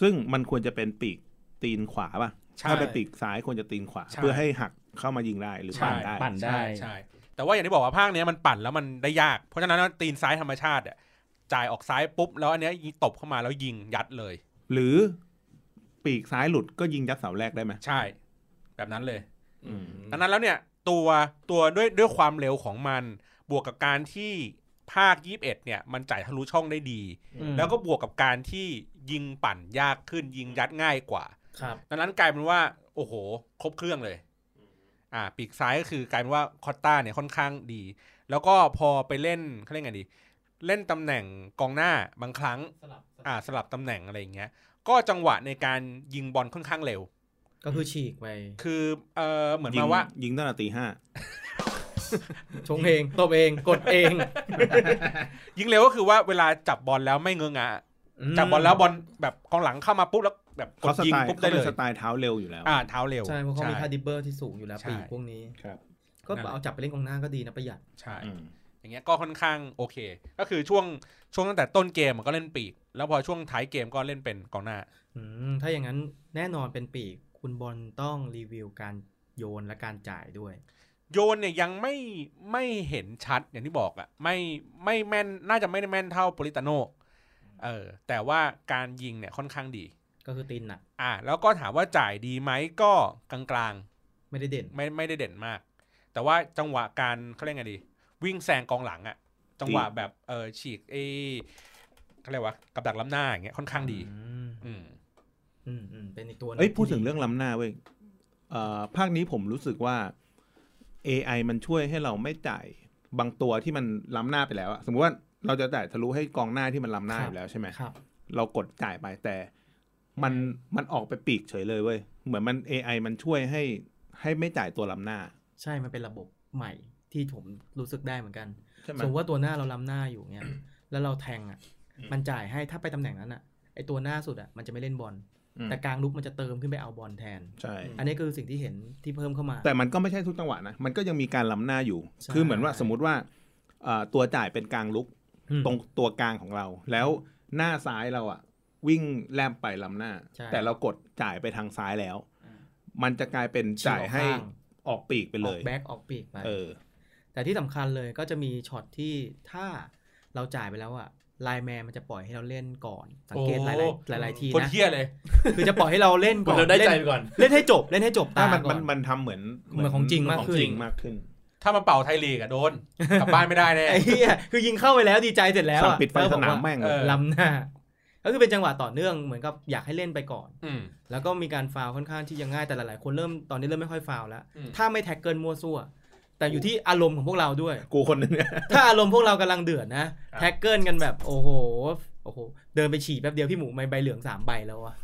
Speaker 2: ซึ่งมันควรจะเป็นปีกตีนขวาป่ะ
Speaker 1: ใช่
Speaker 2: ถ้าเป็นปีกซ้ายควรจะตีนขวา
Speaker 1: ใช่
Speaker 2: เพื่อให้หักเข้ามายิงได้หรือ
Speaker 1: ใช่
Speaker 2: ปั่นได้
Speaker 6: ปั่นได้
Speaker 1: ใช่ใช่แต่ว่าอย่างที่บอกว่าภาคเนี้ยมันปั่นแล้วมันได้ยาก เพราะฉะนั้นตีนซ้ายธรรมชาติอะจ่ายออกซ้ายปุ๊บแล้วอันเนี้ยยิงตบเข้ามาแล้วยิงยัดเลย
Speaker 2: หรือปีกซ้ายหลุดก็ยิงยัดเสาแรกได้ไหม
Speaker 1: ใช่ แบบนั้นเลย
Speaker 4: อืม
Speaker 1: ดังนั้นแล้วเนี่ยตัวตัวด้วยด้วยความเร็วของมันบวกกับการที่ภาค 21 เนี่ย มันจ่ายทะลุช่องได้ดี
Speaker 6: อืม
Speaker 1: แล้วก็บวกกับการที่ยิงปั่นยากขึ้นยิงยัดง่ายกว่า
Speaker 4: ครับ
Speaker 1: ดังนั้นกลายเป็นว่า โอ้โห ครบเครื่องเลย อ่า ปีกซ้ายก็คือกลายเป็นว่าคอตต้าเนี่ยค่อนข้างดี แล้วก็พอไปเล่นเขาเรียกไงดี เล่นตำแหน่งกองหน้าบางครั้ง
Speaker 4: สลับ
Speaker 1: อ่าสลับตำแหน่งอะไรอย่างเงี้ย ก็จังหวะในการยิงบอลค่อนข้างเร็ว
Speaker 3: ก็คือฉีกไป
Speaker 1: คือเออเหมือน
Speaker 2: ยิง
Speaker 1: มาว่า
Speaker 2: ยิงตั้งแต่ตีห้า
Speaker 3: ชงเองตบเองกดเอง
Speaker 1: ยิงเร็วก็คือว่าเวลาจับบอลแล้วไม่เงื้องะจับบอลแล้วบอลแบบกองหลังเข้ามาปุ๊บแล้วแบบก
Speaker 2: เขา
Speaker 1: ด
Speaker 2: ส
Speaker 1: ยิง
Speaker 2: ไตล์
Speaker 1: ปุ๊บ
Speaker 2: เขา
Speaker 1: ได้เล
Speaker 2: เป็น
Speaker 1: ย
Speaker 2: สไตล์เท้าเร็วอยู่แล้ว
Speaker 1: อ่าเท้าเร็ว
Speaker 3: ใช่เพราะเขามีคาดิเบอร์ที่สูงอยู่แล้ว
Speaker 1: ใช่
Speaker 3: ปีกพวกนี้
Speaker 2: ครับ
Speaker 3: ก็เอาจับไปเล่นกองหน้าก็ดีนะประหยัด
Speaker 1: ใช่
Speaker 2: อืม
Speaker 1: อย่างเงี้ยก็ค่อนข้างโอเค ก็คือช่วงช่วงตั้งแต่ต้นเกมมันก็เล่นปีก แล้วพอช่วงท้ายเกมก็เล่นเป็นกองหน้า
Speaker 3: อืมถ้าอย่างนั้นแน่นอนเป็นปีกคุณบอลต้องรีวิวการโยนและการจ่ายด้วย
Speaker 1: โยนเนี่ยยังไม่ไม่เห็นชัดอย่างที่บอกอะ่ะไม่ไม่แม่นน่าจะไม่ได้แม่นเท่าโปลิตาโนเออแต่ว่าการยิงเนี่ยค่อนข้างดี
Speaker 3: ก็คือตีนหนัก
Speaker 1: อ่า แล้วก็ถามว่าจ่ายดีไหมก็กลางๆ
Speaker 3: ไม่ได้เด่น
Speaker 1: ไม่ไม่ได้เด่นมาก แต่ว่าจังหวะการเขาเรียกไงดี วิ่งแซงกองหลังอะจังหวะแบบเออฉีกเอเขาเรียกว่ากับดักล้ำหน้าอย่างเงี้ยค่อนข้างดี
Speaker 3: อืม
Speaker 1: อืม
Speaker 3: อืมอืมเป็นอีกตัวหนึ่
Speaker 2: เอ้ยพูดถึงเรื่องล้ำหน้าเว้ยเอ่อภาคนี้ผมรู้สึกว่า AI มันช่วยให้เราไม่จ่ายบางตัวที่มันล้ำหน้าไปแล้วอะสมมติว่าเราจะจ่ายทะลุให้กองหน้าที่มันล้ำหน้าอยู่แล้วใช่ไหม
Speaker 3: ครับ
Speaker 2: เรากดจ่ายไปแต่มันมันออกไปปีกเฉยเลยเว้ยเหมือนมัน AI มันช่วยให้ให้ไม่จ่ายตัวล้ำหน้า
Speaker 3: ใช่มันเป็นระบบใหม่ที่ผมรู้สึกได้เหมือนกัน
Speaker 2: ใช่ไหม
Speaker 3: สมมติว่าตัวหน้าเราล้ำหน้าอยู่เนี่ย แล้วเราแทงอ่ะ
Speaker 4: อืม
Speaker 3: มันจ่ายให้ถ้าไปตำแหน่งนั้นอ่ะ ไอตัวหน้าสุดอ่ะ มันจะไม่เล่นบอล
Speaker 2: อืม
Speaker 3: แต่กลางลุกมันจะเติมขึ้นไปเอาบอลแทน
Speaker 2: ใช่
Speaker 3: อันนี้คือสิ่งที่เห็นที่เพิ่มเข้ามา
Speaker 2: แต่มันก็ไม่ใช่ทุกจังหวะนะ มันก็ยังมีการล้ำหน้าอยู่
Speaker 3: ใช่
Speaker 2: คือเหมือนว่าสมมติว่าเอ่อตัวจ่ายเป็นกลางลุก
Speaker 3: อืม
Speaker 2: ตรงตัวกลางของเรา แล้วหน้าซ้ายเราอะวิ่งแลมไปล้ำหน้า
Speaker 3: ใช่
Speaker 2: แต่เรากดจ่ายไปทางซ้ายแล้ว มันจะกลายเป็นจ่ายให้
Speaker 3: ฉีกออกข้าง
Speaker 2: ออกปีกไป
Speaker 3: อ
Speaker 2: เล
Speaker 3: อก
Speaker 2: ย
Speaker 3: แบ็กออกปีกไป
Speaker 2: เออ
Speaker 3: แต่ที่สำคัญเลยก็จะมีช็อตที่ถ้าเราจ่ายไปแล้วอ่ะไลน์แมนมันจะปล่อยให้เราเล่นก่อน สังเกตหลายๆหลายๆที
Speaker 1: คน
Speaker 3: นะ
Speaker 1: เที่ยเลย
Speaker 3: คือจะปล่อยให้เราเล่นก่อน
Speaker 4: เราได้ใจ
Speaker 3: ล่น
Speaker 4: ไปก่อน
Speaker 3: เล่นให้จบเล่นให้จบ
Speaker 2: ถ้า
Speaker 3: ตา
Speaker 2: มัน
Speaker 3: ก่
Speaker 2: มั
Speaker 3: อน น
Speaker 2: มันทำเหมือน
Speaker 3: เหมือนของจริงมากขึ้น
Speaker 2: จริงมากขึ้น
Speaker 1: ถ้ามาเป่าไทยลีกอะโดน กลับบ้านไม่ได้แน่
Speaker 3: ไอ้เหี้ยคือยิงเข้าไปแล้วดีใจเสร็จแล้ว
Speaker 2: สั่ง
Speaker 3: อะ
Speaker 2: ปิดไฟ
Speaker 3: แล้ว
Speaker 2: ส
Speaker 3: บอกว่
Speaker 2: นามแม่งเล
Speaker 1: เอย อ
Speaker 3: ล้ำหน้า ก็คือเป็นจังหวะต่อเนื่องเหมือนกับอยากให้เล่นไปก่อน
Speaker 1: อืม
Speaker 3: แล้วก็มีการฟาวล์ค่อนข้างที่จะง่ายแต่หลายๆ คนเริ่มตอนนี้เริ่มไม่ค่อยฟาวล์แล้ว
Speaker 1: อืม
Speaker 3: ถ้าไม่แท็กเกิลมั่วซั่ว แต่อยู่ที่อารมณ์ของพวกเราด้วย
Speaker 2: กูคนนึงเนี่ย
Speaker 3: ถ้าอารมณ์พวกเรากำลังเดือดนะครับ แท็กเกิลกันแบบโอ้โหโอ้โห เดินไปฉี่แป๊บเดียวพี่หมูไม่ใบเหลืองสามใบแล้วอะ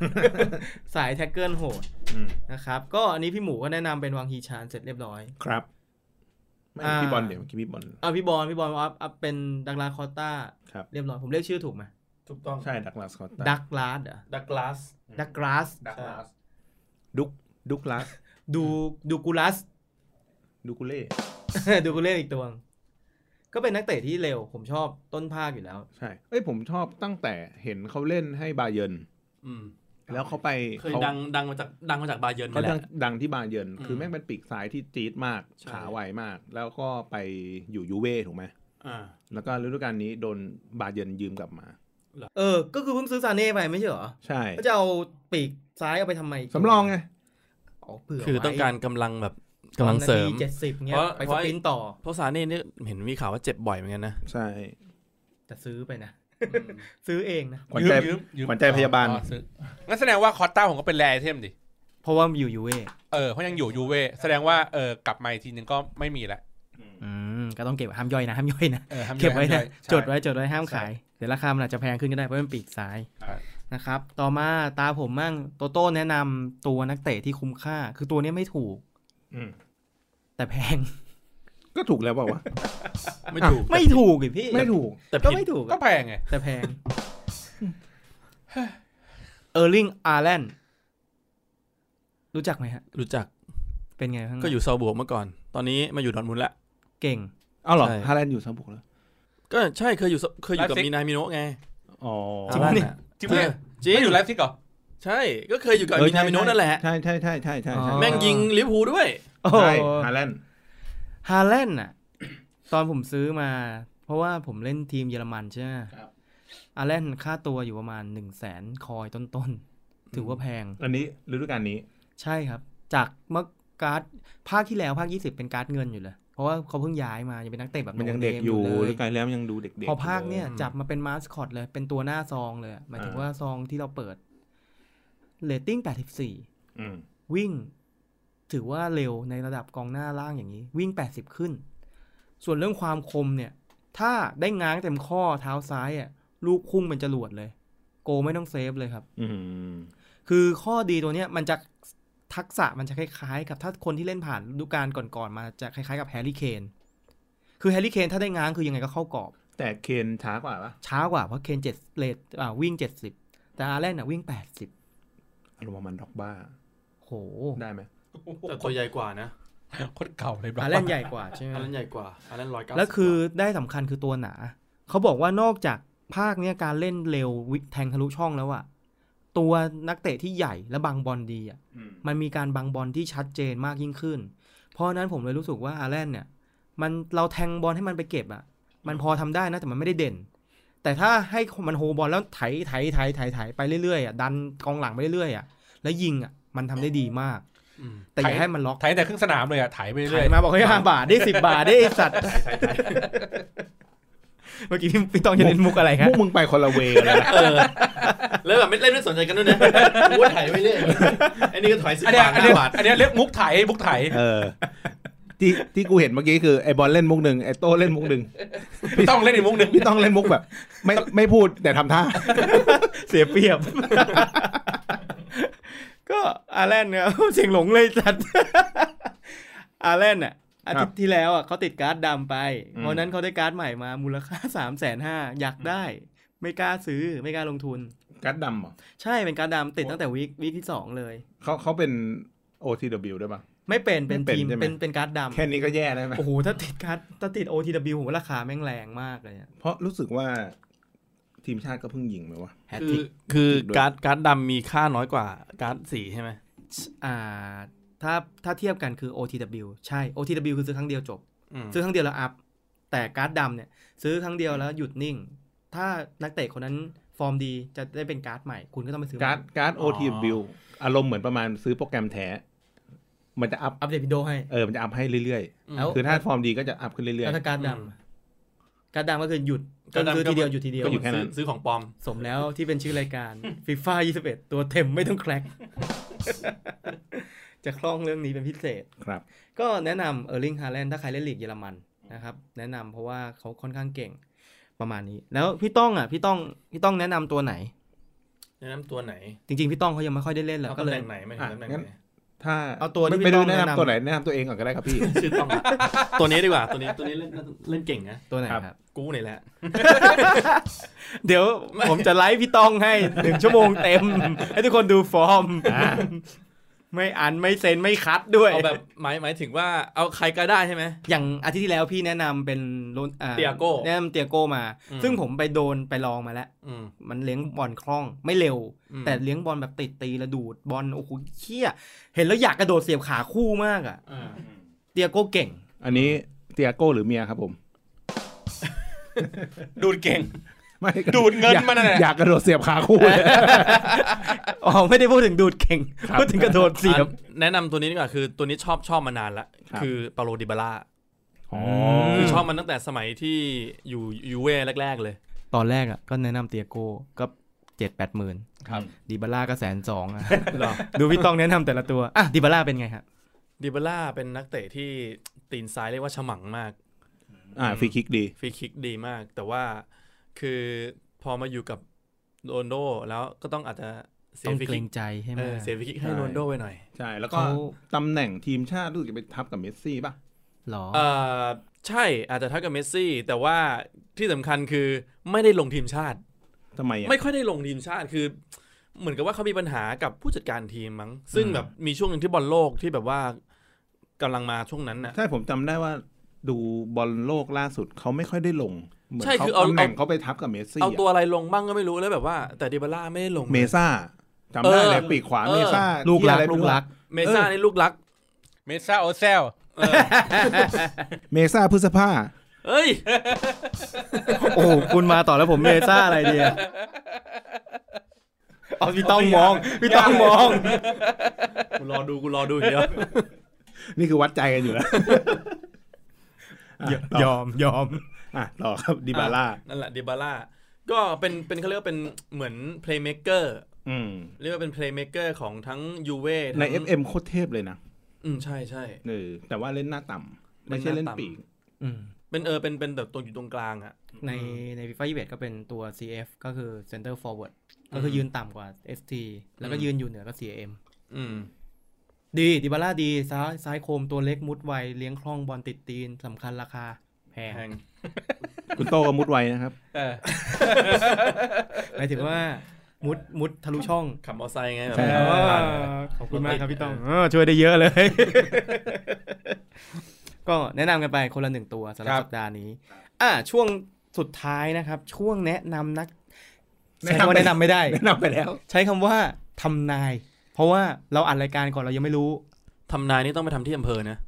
Speaker 3: สายแท็กเกิลโหด
Speaker 2: อืม
Speaker 3: นะครับก็อันนี้พี่หมูก็แนะนำเป็นวังฮีชานเสร็จเรียบร้อย
Speaker 2: ครับไม่
Speaker 3: อ่า
Speaker 2: พี่บอลเดี๋ยวเมื่อกี้พี่บอล
Speaker 3: เอาพี่บอลพี่บอลว่าอัพเป็นดักลาคอต้า
Speaker 2: ครับ
Speaker 3: เรียบร้อยผมเรียกชื่อถูกไหม
Speaker 4: ถูกต้อง
Speaker 2: ใช่ดักลาสคอต
Speaker 3: ดักลาสเหรอ
Speaker 4: ดักลาส
Speaker 3: ดักลาส
Speaker 4: ดักลาส
Speaker 2: ดุกดุกลาส
Speaker 3: ดูดูกูลัส
Speaker 2: ดุกุเล่
Speaker 3: ดูกูเล่นอีกตัว ก็เป็นนักเตะที่เร็ว ผมชอบต้นภาคอยู่แล้ว
Speaker 2: ใช่ เอ้ยผมชอบตั้งแต่เห็นเขาเล่นให้บาเยิร์น
Speaker 5: อืม
Speaker 2: แล้วเขาไป
Speaker 5: เคยดังดังมาจากดังมาจากบาเยิร์น
Speaker 2: เขา
Speaker 5: นี่แห
Speaker 2: ดัง
Speaker 5: ละ
Speaker 2: ดังที่บาเยิร์น
Speaker 5: อืม
Speaker 2: คือแม่งเป็นปีกซ้ายที่จี๊ดมาก
Speaker 5: ใช่
Speaker 2: ขาไวมาก แล้วก็ไปอยู่ยูเว่ถูกไหม
Speaker 5: อ่า
Speaker 2: แล้วก็ฤดูกาลนี้โดนบาเยิร์นยืมกลับมา
Speaker 3: เออ ก็คือเพิ่งซื้อซาเน่ไปไม่ใช่เหรอ
Speaker 2: ใช่
Speaker 3: ก็จะเอาปีกซ้ายเอาไปทำไมก
Speaker 2: สำรองไง
Speaker 3: อ๋อเผื่อ
Speaker 5: คือต้องการกำลังแบบกำลังเสริม
Speaker 3: เจ็ดสิบเงี้ย
Speaker 5: เพราะ
Speaker 3: ไปส
Speaker 5: เพราะ
Speaker 3: ปรินต์ต่อ
Speaker 5: เพราะซาเน่เนี่ยเห็นมีข่าวว่าเจ็บบ่อยเหมือนกันนะ
Speaker 2: ใช่
Speaker 3: แต่ซื้อไปนะ ซื้อเองนะ
Speaker 2: ขวัญใจ
Speaker 1: ยืมยืม
Speaker 2: ขวัญใจพยาบาล
Speaker 1: อ๋อซื้องั้นแสดงว่าคอตต้าผมก็เป็นแรไอเทมดิ
Speaker 3: เพราะว่ามีอยู่ยูเว่
Speaker 1: เออเพราะยังอยู่ยูเวแสดงว่าเออกลับมาอีกทีนึงก็ไม่มีละ
Speaker 3: อืม ก็ต้องเก็บห้ามย่อยนะ ห้ามย่อยนะ
Speaker 1: ออห้าม
Speaker 3: เก็บไว้
Speaker 1: ห้าม
Speaker 3: นะ
Speaker 1: ใช่
Speaker 3: จดไว้จดไว้ห้าม
Speaker 1: ใช่
Speaker 3: ขาย เดี๋ยวราคามันอาจจะแพงขึ้นก็ได้เพราะมันปีกซ้าย
Speaker 1: ครับ
Speaker 3: นะครับ ต่อมาตาผมมั่งโตโต้แนะนำตัวนักเตะที่คุ้มค่า คือตัวเนี้ยไม่ถูก
Speaker 2: อืม
Speaker 3: แต่แพง
Speaker 2: ก็ถูกแล้วเปล่าวะ
Speaker 5: ไม่ถูก
Speaker 3: ไม่ถูกอีกพี่
Speaker 2: ไม่ถูก
Speaker 5: แต่
Speaker 3: ก็
Speaker 5: ผิด
Speaker 3: ไม่ถูก
Speaker 1: ก็
Speaker 3: อะ
Speaker 1: แพงไง
Speaker 3: แต่แพง เออร์ลิงอาร์แลนรู้จักไหมฮะ
Speaker 5: รู้จัก
Speaker 3: เป็นไงบ้าง
Speaker 5: ก็อยู่ซาบวกเมื่อก่อน ตอนนี้มาอยู่ดอร์ทมุนด์ละ
Speaker 3: เก่ง
Speaker 2: เอาเหรอ
Speaker 5: ใช่
Speaker 2: ฮาแลนด์อยู่ซาบุกแล้ว
Speaker 5: ก็ใช่เคยอยู่ซาเคยอยู่กับ
Speaker 1: ไลฟ์ซิก
Speaker 5: มินายมิโนะไง
Speaker 2: อ๋อ
Speaker 5: ฮาแลนด์น่ะ
Speaker 1: จริงไหม
Speaker 5: ออจริง
Speaker 1: ไม่อยู่ไลฟ์ซิกเหรอ
Speaker 5: ใช่ก็เคยอยู่กับ
Speaker 2: เออ
Speaker 5: มินายมิโนะนั่นแหละ
Speaker 2: ใช่ใช่ใช่ใช่ใช่ใช่
Speaker 3: อ๋อ
Speaker 5: แม่งยิงลิเวอร์พูลด้วย
Speaker 3: โอ้
Speaker 2: ใช่ฮาแลนด์
Speaker 3: ฮาแลนด์อ่ะ ตอนผมซื้อมา เพราะว่าผมเล่นทีมเยอรมันใช่ไหม
Speaker 4: ครับ
Speaker 3: ฮาแลนด์ค่าตัวอยู่ประมาณหนึ่งแสนคอยต้นๆ ถือว่าแพง
Speaker 2: อันนี้ฤดูกาลนี้
Speaker 3: ใช่ครับ จากเมื่อการ์ดภาคที่แล้วภาค 20 เป็นการ์ดเงินอยู่เลย เพราะว่าเขาเพิ่งย้ายมา ยังเป็นนักเตะแบบ
Speaker 2: มัน
Speaker 3: no
Speaker 2: ยังเด็ก
Speaker 3: name
Speaker 2: อยู่ฤ
Speaker 3: เล
Speaker 2: ดู
Speaker 3: ย
Speaker 2: กาลแล้วมันยังดูเด็กๆ
Speaker 3: พอภาคเนี่ย
Speaker 1: อยู่เลย
Speaker 3: จับมาเป็นมาสคอตเลย เป็นตัวหน้าซองเลยหมายถึง
Speaker 2: อ่า
Speaker 3: ว่าซองที่เราเปิดเรตติ้ง 84
Speaker 2: อืม
Speaker 3: วิ่ง ถือว่าเร็วในระดับกองหน้าล่างอย่างนี้ วิ่ง 80 ขึ้น ส่วนเรื่องความคมเนี่ย ถ้าได้ง้างเต็มข้อเท้าซ้ายอ่ะลูกพุ่งเป็นจรวดเลย โกไม่ต้องเซฟเลยครับ
Speaker 2: อืม
Speaker 3: คือข้อดีตัวเนี้ยมันจะทักษะมันจะคล้ายๆ กับถ้าคนที่เล่นผ่านฤดูกาลก่อนๆมาจะคล้ายๆกับแฮร์รี่เคน คือแฮร์รี่เคนถ้าได้ง้างคือยังไงก็เข้ากรอบ
Speaker 2: แต่เคนช้ากว่าปะ
Speaker 3: ช้ากว่าเพราะเคนเจ็ดเลทอ่าวิ่งเจ็ดสิบแต่อาร์แลนด์อ่ะวิ่งแปดสิบ
Speaker 2: อารมณ์ประมันด็อกบ้า
Speaker 3: โห
Speaker 2: ได้ไหม
Speaker 5: แต่ตัวใหญ่กว่านะ
Speaker 1: โคตรเก่าเลยบ้า
Speaker 3: อาร์แลนด์ใหญ่กว่าใช่ไหม
Speaker 5: อันนั้นใหญ่กว่าอันนั้นร้อยเก้า
Speaker 3: แล้วคือได้สำคัญคือตัวหนา เขาบอกว่านอกจากภาคเนี้ยการเล่นเร็ววิแทงทะลุช่องแล้วอ่ะตัวนักเตะที่ใหญ่และบังบอลดีอ่ะ
Speaker 2: อืม
Speaker 3: มันมีการบังบอลที่ชัดเจนมากยิ่งขึ้น เพราะฉะนั้นผมเลยรู้สึกว่าอาร์แลนด์เนี่ย มันเราแทงบอลให้มันไปเก็บอะมันพอทำได้นะแต่มันไม่ได้เด่น แต่ถ้าให้มันโฮบอลแล้วไถไถไถไถไถไปเรื่อยๆอะดันกองหลังไปเรื่อยๆอะแล้วยิงอะมันทำได้ดีมาก
Speaker 5: ม
Speaker 3: แต่อย่าให้มันล็อก
Speaker 1: ถ่ายแต่ครึ่งสนามเลยอะถ่ายไป
Speaker 3: ไถ
Speaker 1: เรื่อย
Speaker 3: มาบอกให้ห้าบาทได้สิบาทได้ไอ้สัตว์เมื่อกี้พี่ต้องจะเล่นมุกอะไรครับ
Speaker 2: พวกมึงไปคนละเวย์เลยนะ
Speaker 5: เออแล้วแบบไม่เล่นไม่สนใจกันด้วยนะ กูถ่ายไปเรื่อยไอ้นี่ก็ ถอยสิบ
Speaker 1: อันเนี้ย
Speaker 5: บาท
Speaker 1: อันเนี้ย
Speaker 5: ห้าบาท
Speaker 1: อันเนี้ยเรียกมุกถ่ายมุกถ่าย
Speaker 2: เออ ที่ที่กูเห็นเมื่อกี้คือไอ้บอลเล่นมุกหนึ่งไอ้โต้เล่นมุกหนึ่ง
Speaker 1: พี่ต้องเล่นอีกมุกหนึ่ง
Speaker 2: พี่ต้องเล่นมุกแบบ ไม่ไม่พูดแต่ทำท่า
Speaker 3: เสียเปรียบ ก็อาร์แลนด์เนี่ย เสียงหลงเลยสัตว์ อาร์แลนด์อ่ะอาทิตย์ที่แล้วอ่ะเขาติดการ์ดดำไป
Speaker 2: อืม
Speaker 3: เพราะนั้นเขาได้การ์ดใหม่มามูลค่าสามแสนห้าอยากได้ ไม่กล้าซื้อไม่กล้าลงทุน
Speaker 2: กัดดำเหรอ
Speaker 3: ใช่เป็นการ์ดดำติดตั้งแต่วีควีคที่สองเลย
Speaker 2: เขาเขาเป็น OTW ด้วยปะ
Speaker 3: ไม่เป็นเป็น
Speaker 2: ไม่เป็น
Speaker 3: ทีม
Speaker 2: ใช่ไหม
Speaker 3: เป็นเป็นการ์ดดำ
Speaker 2: แค่นี้ก็แย่แล้วไหม
Speaker 3: โอ้โหถ้าติดการ์ดถ้าติด OTW ผมว่าราคาแม่งแรงมากเลยอะ
Speaker 2: เพราะรู้สึกว่าทีมชาติก็เพิ่งยิงไหมวะ
Speaker 3: แฮต
Speaker 5: คื
Speaker 3: ติ
Speaker 5: อก คือการ์ดการ์ดดำมีค่าน้อยกว่าการ์ดสีใช่ไหม
Speaker 3: อ่าถ้าถ้าเทียบกันคือ OTW ใช่ OTW คือซื้อครั้งเดียวจบ
Speaker 5: อืม
Speaker 3: ซื้อครั้งเดียวแล้วอัพ แต่การ์ดดำเนี่ย ซื้อครั้งเดียวแล้วหยุดนิ่ง ถ้านักเตะคนนั้นฟอร์มดีจะได้เป็นการ์ดใหม่ คุณก็ต้องไปซื้อ
Speaker 2: การ์ดการ์ด
Speaker 5: อ๋อ
Speaker 2: OTW อารมณ์เหมือนประมาณซื้อโปรแกรมแท้ มันจะอัพ
Speaker 3: อัปเดตวิดีโอให้
Speaker 2: เออมันจะอัพให้เรื่อย
Speaker 3: แล้ว
Speaker 2: ๆ คือถ้าฟอร์มดีก็จะอัพขึ้นเรื่อย
Speaker 3: แล้วถ้าการ์ดด
Speaker 5: อืม
Speaker 3: ำการ์ดดำก็คือหยุดก็ซื้อทีเดียวหยุดทีเดียว
Speaker 2: ก็อยู่แค่นั้น
Speaker 5: ซื้อของปลอม
Speaker 3: สมแล้วที่เป็นชื่อรายการ FIFA 21 ตัวเต็มไม่ต้องแคลก จะคล่องเรื่องนี้เป็นพิเศษ
Speaker 2: ๆ ครับ
Speaker 3: ก็แนะนำเออร์ลิงฮาแลนด์ถ้าใครเล่นลีกเยอรมันนะครับ แนะนำเพราะว่าเขาค่อนข้างเก่งประมาณนี้ แล้วพี่ต้องอ่ะพี่ต้องพี่ต้องแนะนำตัวไหน
Speaker 5: แนะนำตัวไหน
Speaker 3: จริงๆ พี่ต้องเขายังไม่ค่อยได้เล่นหรอก
Speaker 5: เอา
Speaker 3: ก็
Speaker 5: ตำ
Speaker 3: เล
Speaker 5: แห
Speaker 3: ย
Speaker 5: น่งไหนไม่ถึงตำแหน่ง
Speaker 2: อ่ะงั้น
Speaker 5: ไหน
Speaker 2: ถ้า
Speaker 3: เอาตัวที่
Speaker 2: ไม่ไม่รู้
Speaker 3: พี่ต้อง
Speaker 2: แนะ
Speaker 3: แนะ
Speaker 2: นำ
Speaker 3: นำ
Speaker 2: ตัวไหนแนะนำตัวเองก่อนก็ได้ครับพี่
Speaker 5: ชื่อต้องละตัวนี้ดีกว่า ตัวนี้ตัวนี้เล่นเล่นเก่งนะ
Speaker 3: ตัวไหน
Speaker 2: ครับ
Speaker 3: ครับ
Speaker 5: กูนี่แหละ
Speaker 3: เดี๋ยวผมจะไลฟ์พี่ต้องให้หนึ่งชั่วโมงเต็ม ให้ทุกคนดูฟอร์ม ไม่อันไม่เซ็นไม่คัดด้วย
Speaker 5: เอาแบบหมายหมายถึงว่าเอาใครก็ได้ใช่ไหม
Speaker 3: อย่างอาทิตย์ที่แล้วพี่แนะนำเป็นโรนอ่า
Speaker 5: เตียโก้
Speaker 3: แนะนำเตียโกมา
Speaker 5: อืม
Speaker 3: ซึ่งผมไปโดนไปลองมาแล้ว
Speaker 5: อืม
Speaker 3: มันเลี้ยงบอลคล่องไม่เร็ว
Speaker 5: อืม
Speaker 3: แต่เลี้ยงบอลแบบติดตีระดูดบอลโอ้โหเคี้ย เห็นแล้วอยากกระโดดเสียบขาคู่มากอ่ะ
Speaker 5: อ่า
Speaker 3: เตียโกเก่ง
Speaker 2: อันนี้เตียโก้หรือเมียครับผม
Speaker 1: ดูดเก่ง
Speaker 2: ไม่
Speaker 1: ดูดเงินมันน่ะ
Speaker 2: อยากกระโดดเสียบขาคู่เลย
Speaker 3: อ๋อไม่ได้พูดถึงดูดเก่ง
Speaker 2: ครับ
Speaker 3: พูดถึงกระโดดเสียบ
Speaker 5: อันแนะนำตัวนี้ดีกว่าคือตัวนี้ชอบชอบมานานละ
Speaker 2: ครับ
Speaker 5: คือเปาโลดิบาร่า
Speaker 2: อ๋อ
Speaker 3: ม
Speaker 5: คือชอบมันตั้งแต่สมัยที่อยู่ยูเว่แรก ๆ เลย
Speaker 3: ตอนแรกอ่ะก็แนะนำเตียโก้ก็เจ็ดแปดหมื่น
Speaker 1: ครับ
Speaker 3: ดีบาร่าก็แสนสองอ่ะดูพี่ต้องแนะนำแต่ละตัว อ่ะดีบาร่าเป็นไงครับ
Speaker 5: ดิบาร่าเป็นนักเตะที่ตีนซ้ายเรียกว่าฉมังมาก
Speaker 2: อ่าฟรีคิกดี
Speaker 5: ฟรีคิกดีมาก แต่ว่าคือพอมาอยู่กับโรนโดแล้วก็ต้องอาจจะเสีย
Speaker 3: ต้อง
Speaker 5: ฟรี
Speaker 3: เกร
Speaker 5: คิก
Speaker 3: งใจใช่ไหม
Speaker 5: เออเสียฟรีคิกให้
Speaker 2: ใช่
Speaker 5: โรนโดไปหน่อย
Speaker 2: ใช่ แล้วก็
Speaker 3: เขา
Speaker 2: ตำแหน่งทีมชาติรู้สึกจะไปทับกับเมสซี่ป่ะ
Speaker 3: หรอ
Speaker 5: เออใช่อาจจะเท่ากับเมสซี่ แต่ว่าที่สำคัญคือไม่ได้ลงทีมชาติ
Speaker 2: ทำไมอ่ะ
Speaker 5: ไม่ค่อยได้ลงทีมชาติคือ เหมือนกับว่าเขามีปัญหากับผู้จัดการทีมมั้ง ซึ่ง
Speaker 2: อืม
Speaker 5: แบบมีช่วงหนึ่งที่บอลโลกที่แบบว่า กำลังมาช่วงนั้นน่ะ
Speaker 2: ใช่ผมจำได้ว่าดูบอลโลกล่าสุดเขาไม่ค่อยได้ลง เหมือน
Speaker 5: ใช่
Speaker 2: เขา
Speaker 5: คือเอา
Speaker 2: ตำแหน่งเขาไปทับกับเมสซี่
Speaker 5: เอาตัว
Speaker 2: อะ
Speaker 5: อะไรลงบ้างก็ไม่รู้แล้วแบบว่า แต่ดิบาร่าไม่ได้ลง
Speaker 2: เมซ่าจำได้
Speaker 5: เออ
Speaker 2: เลยปีกขวา
Speaker 5: เออ
Speaker 2: เมซ่า
Speaker 3: ลูกรัก
Speaker 2: ที่อะไร
Speaker 3: ลูกรัก
Speaker 5: เมซ่านี่ลูกรัก
Speaker 1: เมซ่าโอเซล
Speaker 2: เมซ่าพฤษภา
Speaker 5: เอ้ย
Speaker 3: โอ้โหคุณมาต่อแล้วผมเมซ่าอะไรเดียเอาพี่ต้องมองพี่ต้องมอง
Speaker 5: กูรอดูกูรอดูอย่างเดียว
Speaker 2: นี่คือวัดใจกันอยู่แล้วอ่ะต่อย
Speaker 3: อมยอม
Speaker 2: อ่ะต่อครับดิบาร่า
Speaker 5: นั่นแหละดิบาร่าก็เป็นเป็นเขาเรียกว่าเป็นเหมือน playmaker
Speaker 2: อืม
Speaker 5: เรียกว่าเป็น playmaker ของทั้งยูเว่
Speaker 2: ใน
Speaker 5: ทั้ง
Speaker 2: FM โคตรเทพเลยนะ
Speaker 5: อืมใช่ใช่
Speaker 2: เออแต่ว่าเล่นหน้าต่ำไม่ใช่
Speaker 5: เล่
Speaker 2: เล่
Speaker 5: น
Speaker 2: น
Speaker 5: หน้าต่ำ
Speaker 2: ปีก
Speaker 5: เป็นเออเป็นเป็นแบบตัวอยู่ตรงกลางอ่ะ
Speaker 3: ในในฟีฟ่ายีก็เป็นตัว CF ก็คือ Center Forward ก็คือยืนต่ำกว่า ST แล้วก็ยืนอยู่เหนือก็ CM
Speaker 5: อืม
Speaker 3: ดีดิบาร่าดีซ้ายซ้ายโคมตัวเล็กมุดไว เลี้ยงคล่องบอลติดตีนสำคัญราคาแพง
Speaker 5: แพง
Speaker 2: คุณโตก็มุดไวนะครับ
Speaker 1: เออ
Speaker 3: หมายถึงว่ามุดมุดทะลุช่อง
Speaker 5: ขับมอเตอร์ไซค์ไงแบบ
Speaker 2: ใช่
Speaker 3: เอ
Speaker 5: ผ่านผ่าน
Speaker 3: อขอบคุณมากครับพี่ต้อง
Speaker 5: เออ
Speaker 3: เออช่วยได้เยอะเลย ก็แนะนำกันไปคนละหนึ่งตัวสำหรับ
Speaker 1: ครับ
Speaker 3: สัปดาห์นี้ อ่ะช่วงสุดท้ายนะครับ ช่วงแนะนำนักใช้คำว่าแนะนำไม่ได้
Speaker 2: แนะนำไปแล้ว
Speaker 3: ใช้คำว่าทำนาย เพราะว่าเราอัดรายการก่อนเรายังไม่รู้
Speaker 5: ทำนายนี่ต้องไปทำที่อำเภอนะ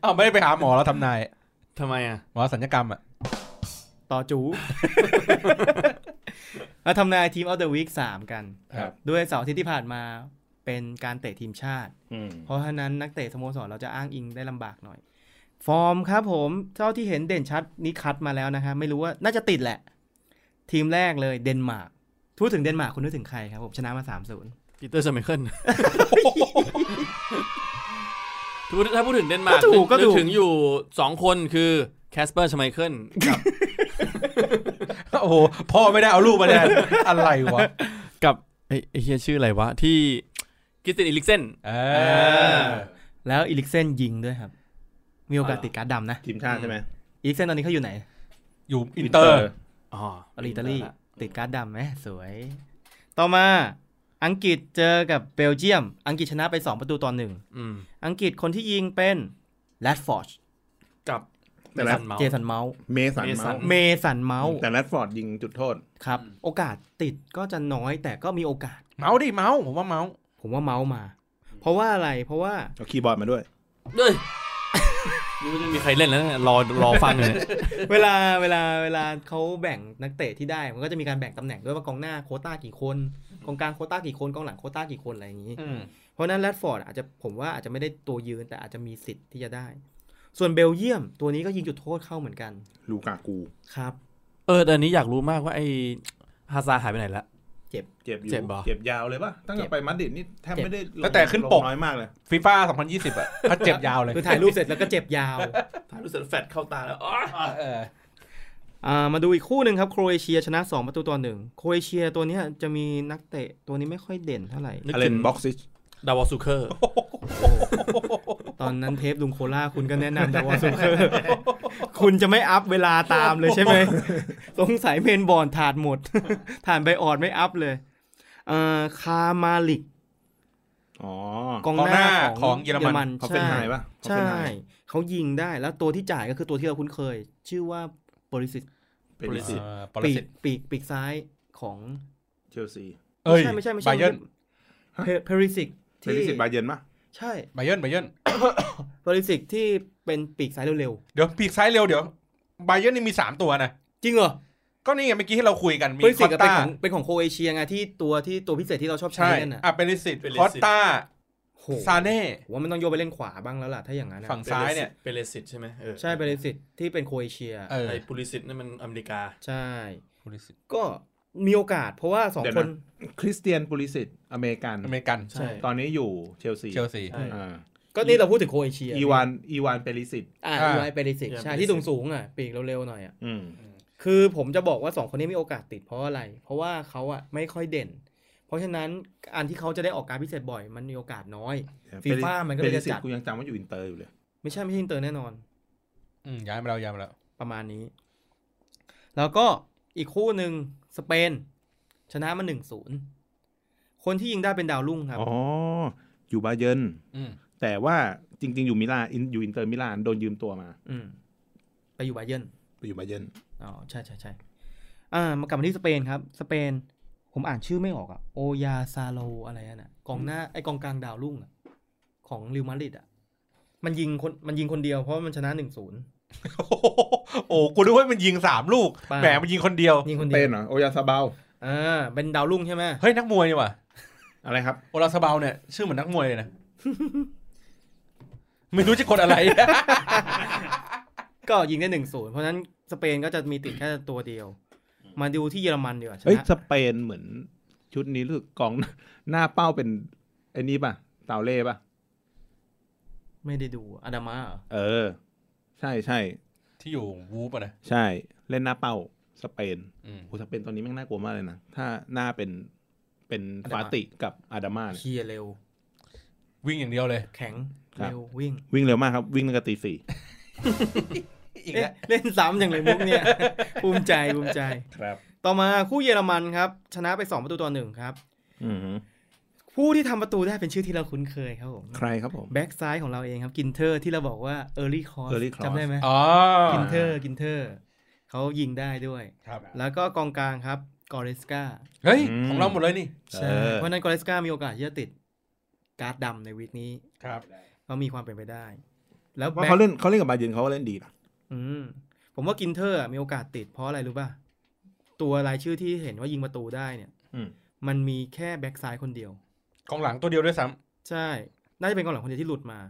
Speaker 1: เอาไม่ได้ไปหาหมอแล้วทำนาย
Speaker 5: ทำไมอ่ะ
Speaker 1: หมอสัญญกรรมอ่ะ
Speaker 3: ต่อจู มาทำนายทีม of the week 3 กัน
Speaker 2: ครับ
Speaker 3: ด้วยเสาร์อาทิตย์ที่ผ่านมาเป็นการเตะทีมชาติ
Speaker 2: อืม
Speaker 3: เพราะฉะนั้นนักเตะสโมสรเราจะอ้างอิงได้ลำบากหน่อย ฟอร์มครับผมเท่าที่เห็นเด่นชัดนี่คัดมาแล้วนะครับไม่รู้ว่าน่าจะติดแหละ ทีมแรกเลยเดนมาร์กพูดถึงเดนมาร์กคุณนึกถึงใครครับผมชนะมา3-0
Speaker 5: ปีเตอร์สมิเคิล ถ้าพูดถึงเดนมาร์ก
Speaker 3: ก็ถูกก็ถูก
Speaker 5: นึถึงอยู่สองคนคือแคสเปอร์ชไมเคิลกับ
Speaker 1: โอ้โห พ่อไม่ได้เอาลูกมาแน่อะไรวะ
Speaker 5: กับไอ้ไอ้เฮียชื่ออะไรวะ ที่กิสตินอิลิกเซน
Speaker 1: เออ
Speaker 3: แล้วอีลิกเซนยิงด้วยครับ มีโอกาสติดการ์ดดำนะ
Speaker 2: ทีมชาติใช่ไหม
Speaker 3: อีลิกเซนตอนนี้เขาอยู่ไหน
Speaker 1: อยู่อินเตอร์
Speaker 5: อ๋อ
Speaker 3: ออริตาลีติดการ์ดดำไหมสวย ต่อมาอังกฤษเจอกับเบลเยียม อังกฤษชนะไป 2 ประตูต่อหนึ่ง
Speaker 5: อืม
Speaker 3: อังกฤษคนที่ยิงเป็นแรดฟอร์ด
Speaker 5: กับ
Speaker 2: แต่ละ
Speaker 5: สันเมาส์
Speaker 3: เจสันเมาส์
Speaker 2: เมสัน
Speaker 5: เมสั
Speaker 2: เมาส์
Speaker 5: น
Speaker 3: เมสันเมาส์
Speaker 2: แต่แรดฟอร์ดยิงจุดโทษ
Speaker 3: ครับ โอกาสติดก็จะน้อยแต่ก็มีโอกาส
Speaker 1: เมาส์ดิเมาส์ผมว่าเมาส์
Speaker 3: ผมว่าเมาส์มา เพราะว่าอะไรเพราะ ว่า
Speaker 2: เอาคีย์บอร์ดมาด้วย
Speaker 5: เอ้ยนี่ไม่มีใครเล่นแล้วเนี่ยรอรอฟังเลยเนี่ย
Speaker 3: เวลาเวลาเวลาเขาแบ่งนักเตะที่ได้มันก็จะมีการแบ่งตำแหน่งด้วยว่ากองหน้าโควต้ากี่คนกองกลางโควต้ากี่คนกองหลังโควต้ากี่คนอะไรอย่างนี้
Speaker 1: อืม
Speaker 3: เพราะฉะนั้นแรดฟอร์ดอาจจะผมว่าอาจจะไม่ได้ตัวยืนแต่อาจจะมีสิทธิ์ที่จะได้ ส่วนเบลเยียม ตัวนี้ก็ยิงจุดโทษเข้าเหมือนกัน
Speaker 2: ลูกากู
Speaker 3: ครับ
Speaker 5: เออแต่อันนี้อยากรู้มากว่าไอฮาซาร์หายไปไหนละ
Speaker 2: เจ็บอยู่
Speaker 5: เจ็บเหรอ
Speaker 2: เจ็บยาวเลยป่ะ ตั้งแต่ไปมาดริดนี่แทบ
Speaker 3: เจ็บ
Speaker 2: ไม่ได้ลง
Speaker 1: ตั้งแต่ขึ้นป
Speaker 2: ลง
Speaker 1: ก
Speaker 2: น้อยมากเลย
Speaker 1: ฟีฟ่า2020 อ่ะเขาเจ็บยาวเลย
Speaker 3: คือถ่ายรูปเสร็จแล้วก็เจ็บยาว
Speaker 5: ถ่ายรูปเสร็จแฟดเข้าตาแล้วอ๋อ
Speaker 1: เออ
Speaker 3: อ่ามาดูอีกคู่หนึ่งครับโครเอเชียชนะ 2 ประตูต่อหนึ่งโครเอเชียตัวเนี้ยจะมีนักเตะตัวนี้ไม่ค่อยเด่นเท่าไหร่
Speaker 5: นึก
Speaker 2: อเล
Speaker 5: ถึ
Speaker 2: น
Speaker 5: ง
Speaker 2: บ็อกซิช
Speaker 5: ดาวอลซูเคอ ร์
Speaker 3: ตอนนั้นเทปลุงโคล่าคุณก็แนะนำดาวาซูเคอร์ คุณจะไม่อัพเวลาตามเลยใช่ไหม สงสัยเมนบอร์ดถาดหมด ถ่านใบออดไม่อัพเลยเอ่อคามาลิก
Speaker 2: อ๋อก
Speaker 3: อง
Speaker 1: กอง
Speaker 3: ห
Speaker 1: หน้า
Speaker 3: น้า
Speaker 1: ข
Speaker 3: ข
Speaker 1: อ
Speaker 3: อง ง
Speaker 1: เย
Speaker 3: เย
Speaker 1: อ
Speaker 3: อ
Speaker 1: ร
Speaker 3: ร
Speaker 1: มัน
Speaker 3: มัน
Speaker 2: เขาเป็นไฮป่ะเขา
Speaker 3: ใช่
Speaker 2: เป็นไฮ
Speaker 3: เขายิงได้แล้วตัวที่จ่ายก็คือตัวที่เราคุ้นเคย ชื่อว่าบริสิต
Speaker 2: เป็นลิสิต
Speaker 1: เออปร
Speaker 3: ปี
Speaker 1: สิ
Speaker 3: ก
Speaker 1: ต
Speaker 3: ปีกปีกซ้ายของ
Speaker 2: เชลซี
Speaker 1: เอ้ย
Speaker 3: ไม่ใช่ไม่
Speaker 1: ไบ
Speaker 3: ใช่ไม่
Speaker 1: เยิ
Speaker 3: ใช่
Speaker 1: ร์น
Speaker 3: เพริสิก
Speaker 2: เป็น
Speaker 3: ที่
Speaker 2: ลิสิตบาเยร์นป่ะ
Speaker 3: ใช่
Speaker 1: ไบเยิร์นไบเยิร์น
Speaker 3: บริสิกที่เป็นปีกซ้ายเร็ว
Speaker 1: เดี๋ยวปีกซ้ายเร็วเดี๋ยวไบเยิร์นนี่มี 3 ตัวนะ
Speaker 3: ๆ จริงเหรอ
Speaker 1: ก็นี่ไงเมื่อกี้ที่เราคุยกันมี
Speaker 3: บริ
Speaker 1: ค
Speaker 3: สิ
Speaker 1: อก ต
Speaker 3: อะเป็
Speaker 1: ตา
Speaker 3: นของเป็นของโครเอเชียไงที่ตัวที่ตัวพิเศษที่เราชอบใช้
Speaker 1: ใช่
Speaker 3: กันน่ะ
Speaker 1: อ่ะเป็นลิสิต
Speaker 5: เป็นลิ
Speaker 1: ค
Speaker 5: สิต
Speaker 1: อตตา
Speaker 3: โห
Speaker 1: ซาเน่
Speaker 3: ผมว่ามันต้องโยกไปเล่นขวาบ้างแล้วล่ะถ้าอย่างนั้นอะ
Speaker 1: ฝั่งซ้ายเนี่ย
Speaker 5: เป็นเลสิตใช่ไหมเออ
Speaker 3: ใช่บริสิตที่เป็นโครเอเชีย
Speaker 1: เออ
Speaker 5: ไอปูลิสิตนั่นมันอเมริกา
Speaker 3: ใช่
Speaker 1: ปูลิสิต
Speaker 3: ก็มีโอกาสเพราะว่าสอง
Speaker 2: เดี๋ยว
Speaker 3: ค
Speaker 2: นะ
Speaker 3: น
Speaker 2: คริสเตียนปูลิสิตอเมริกัน
Speaker 1: อเมริกัน
Speaker 5: ใช่
Speaker 2: ตอนนี้อยู่เชลซี
Speaker 1: เชลซี
Speaker 5: ใช่
Speaker 2: อ่า
Speaker 3: ก็นี่เราพูดถึงโครเอเชีย
Speaker 2: อีวานอีวานเปริสิต
Speaker 3: อ่า
Speaker 1: อ่า
Speaker 3: ไวเปริสิกใช่
Speaker 5: Perisic
Speaker 3: ที่สูงสูงๆอ่ะ ปีกเร็วๆหน่อยอ่ะ
Speaker 2: อืม
Speaker 3: คือผมจะบอกว่าสองคนนี้มีโอกาสติดเพราะอะไร เพราะว่าเขาอ่ะไม่ค่อยเด่น เพราะฉะนั้นอันที่เขาจะได้ออกการดพิเศษบ่อยมันมีโอกาสน้อย ฟีฟ่ามันก็เลย
Speaker 2: เปริ
Speaker 3: จะ
Speaker 2: สิต
Speaker 3: จัด
Speaker 2: กูยังจำว่าอยู่อินเตอร์อยู่เลย
Speaker 3: ไม่ใช่ไม่ใช่อินเตอร์แน่นอน
Speaker 1: อืมย้ายมาแล้วย้ายมาแล้ว
Speaker 3: ประมาณนี้ แล้วก็อีกคู่หนึ่งสเปน ชนะมาหนึ่งศูนย์ คนที่ยิงได้เป็นดาวรุ่งครับ
Speaker 2: อ๋อ อยู่บาเยิร์น
Speaker 1: อืม
Speaker 2: แต่ว่าจริง ๆ อยู่มิลานอินอยู่อินเตอร์มิลานโดนยืมตัวมา
Speaker 3: อืมไปอยู่บาเยิร์น
Speaker 2: ไปอยู่บาเยิร์น
Speaker 3: อ๋อใช่ใช่ใช่อ่ามากลับมาที่สเปนครับ สเปน ผมอ่านชื่อไม่ออกอะโอยาซาโลอะไรนั่นอะกองหน้าไอกองกลางดาวรุ่งอะของริวมาดริดอะมันยิงคนมันยิงคนเดียวเพราะว่ามันชนะหนึ่งศูนย์
Speaker 1: โอ้โหโอ้โหกูนึกว่ามันยิงสามลูก
Speaker 3: ป่ะ
Speaker 1: แหมมันยิงคนเดียว
Speaker 3: ยิงคนเดี
Speaker 2: เป็
Speaker 3: ย
Speaker 2: น
Speaker 3: ว
Speaker 2: เหรอโอยาซาเบา
Speaker 3: อ่าเป็นดาวรุ่งใช่ไหม
Speaker 1: เฮ้ยนักมวยนี่หว่ะ
Speaker 2: อะไรครับ
Speaker 1: โอลาซาเบาเนี่ยชื่อเหมือนนักมวยเลยนะ ไม่รู้จะกดอะไร
Speaker 3: ก็ยิงได้หนึ่งศูนย์เพราะฉะนั้นสเปนก็จะมีติดแค่ตัวเดียว มาดูที่เยอรมันดีกว่าช
Speaker 2: เอ้ย
Speaker 3: นะ
Speaker 2: สเปนเหมือนชุดนี้รู้สึกกอง หน้าเป้าเป็นไอ้นี่ป่ะเตาเล่ป่ะ
Speaker 3: ไม่ได้ดูอาดามาเหรอ
Speaker 2: เออ ใช่ใช่
Speaker 1: ที่อยู่วูปอะนะ
Speaker 2: ใช่ เล่นหน้าเป้าสเปน
Speaker 1: อืม
Speaker 2: โหสเปนตอนนี้แม่งน่ากลัวมากเลยนะ ถ้าหน้าเป็นเป็นฟาติกับอาดามาเนี่ย
Speaker 3: เคลียร์เร็ว
Speaker 1: วิ่งอย่างเดียวเลย
Speaker 3: แข็งเร็ววิ่ง
Speaker 2: วิ่งเร็วมากครับ วิ่งตั้งแต่ตีสี่
Speaker 1: อีก
Speaker 3: เอ๊ะ
Speaker 1: แล้ว
Speaker 3: เล่นซ้ำอย่างเลยมุกเนี่ย ภูมิใจภูมิใจ
Speaker 2: ครับ
Speaker 3: ต่อมาคู่เยอรมันครับ ชนะไป 2 ประตูต่อหนึ่งครับ
Speaker 2: อือหือ
Speaker 3: ผู้ที่ทำประตูได้เป็นชื่อที่เราคุ้นเคยครับผม
Speaker 2: ใครครับผม
Speaker 3: แบ็กซ้ายของเราเองครับ กินเทอร์ที่เราบอกว่าเออร์ลี่คอส
Speaker 2: Early Cross
Speaker 3: จำได้ไหม
Speaker 1: อ๋อ
Speaker 3: กินเทอร์กินเทอร์เขายิงได้ด้วย
Speaker 1: ครับ
Speaker 3: แล้วก็กองกลางครับกอเรสกา
Speaker 1: เฮ้ย
Speaker 2: อืม
Speaker 1: ของเราหมดเลยนี่
Speaker 2: เออ
Speaker 3: ใช่เพราะฉะนั้นกอเรสกามีโอกาสที่จะติดการ์ดดำในวีคนี้
Speaker 1: ครับ
Speaker 3: ก็มีความเป็นไปได้ แล้ว
Speaker 2: ว่า
Speaker 3: แบ็ค
Speaker 2: เขาเล่นเขาเล่นกับบาเยิร์นเขาก็เล่นดีนะ
Speaker 3: อืมผมว่ากินเทอร์มีโอกาสติดเพราะอะไรรู้ป่ะตัวรายชื่อที่เห็นว่ายิงประตูได้เนี่ย
Speaker 2: อืม
Speaker 3: มันมีแค่แบ็กซ้ายคนเดียว
Speaker 1: กองหลังตัวเดียวด้วยซ้
Speaker 3: ใช่ น่าจะเป็นกองหลังคนเดียวที่หลุดมา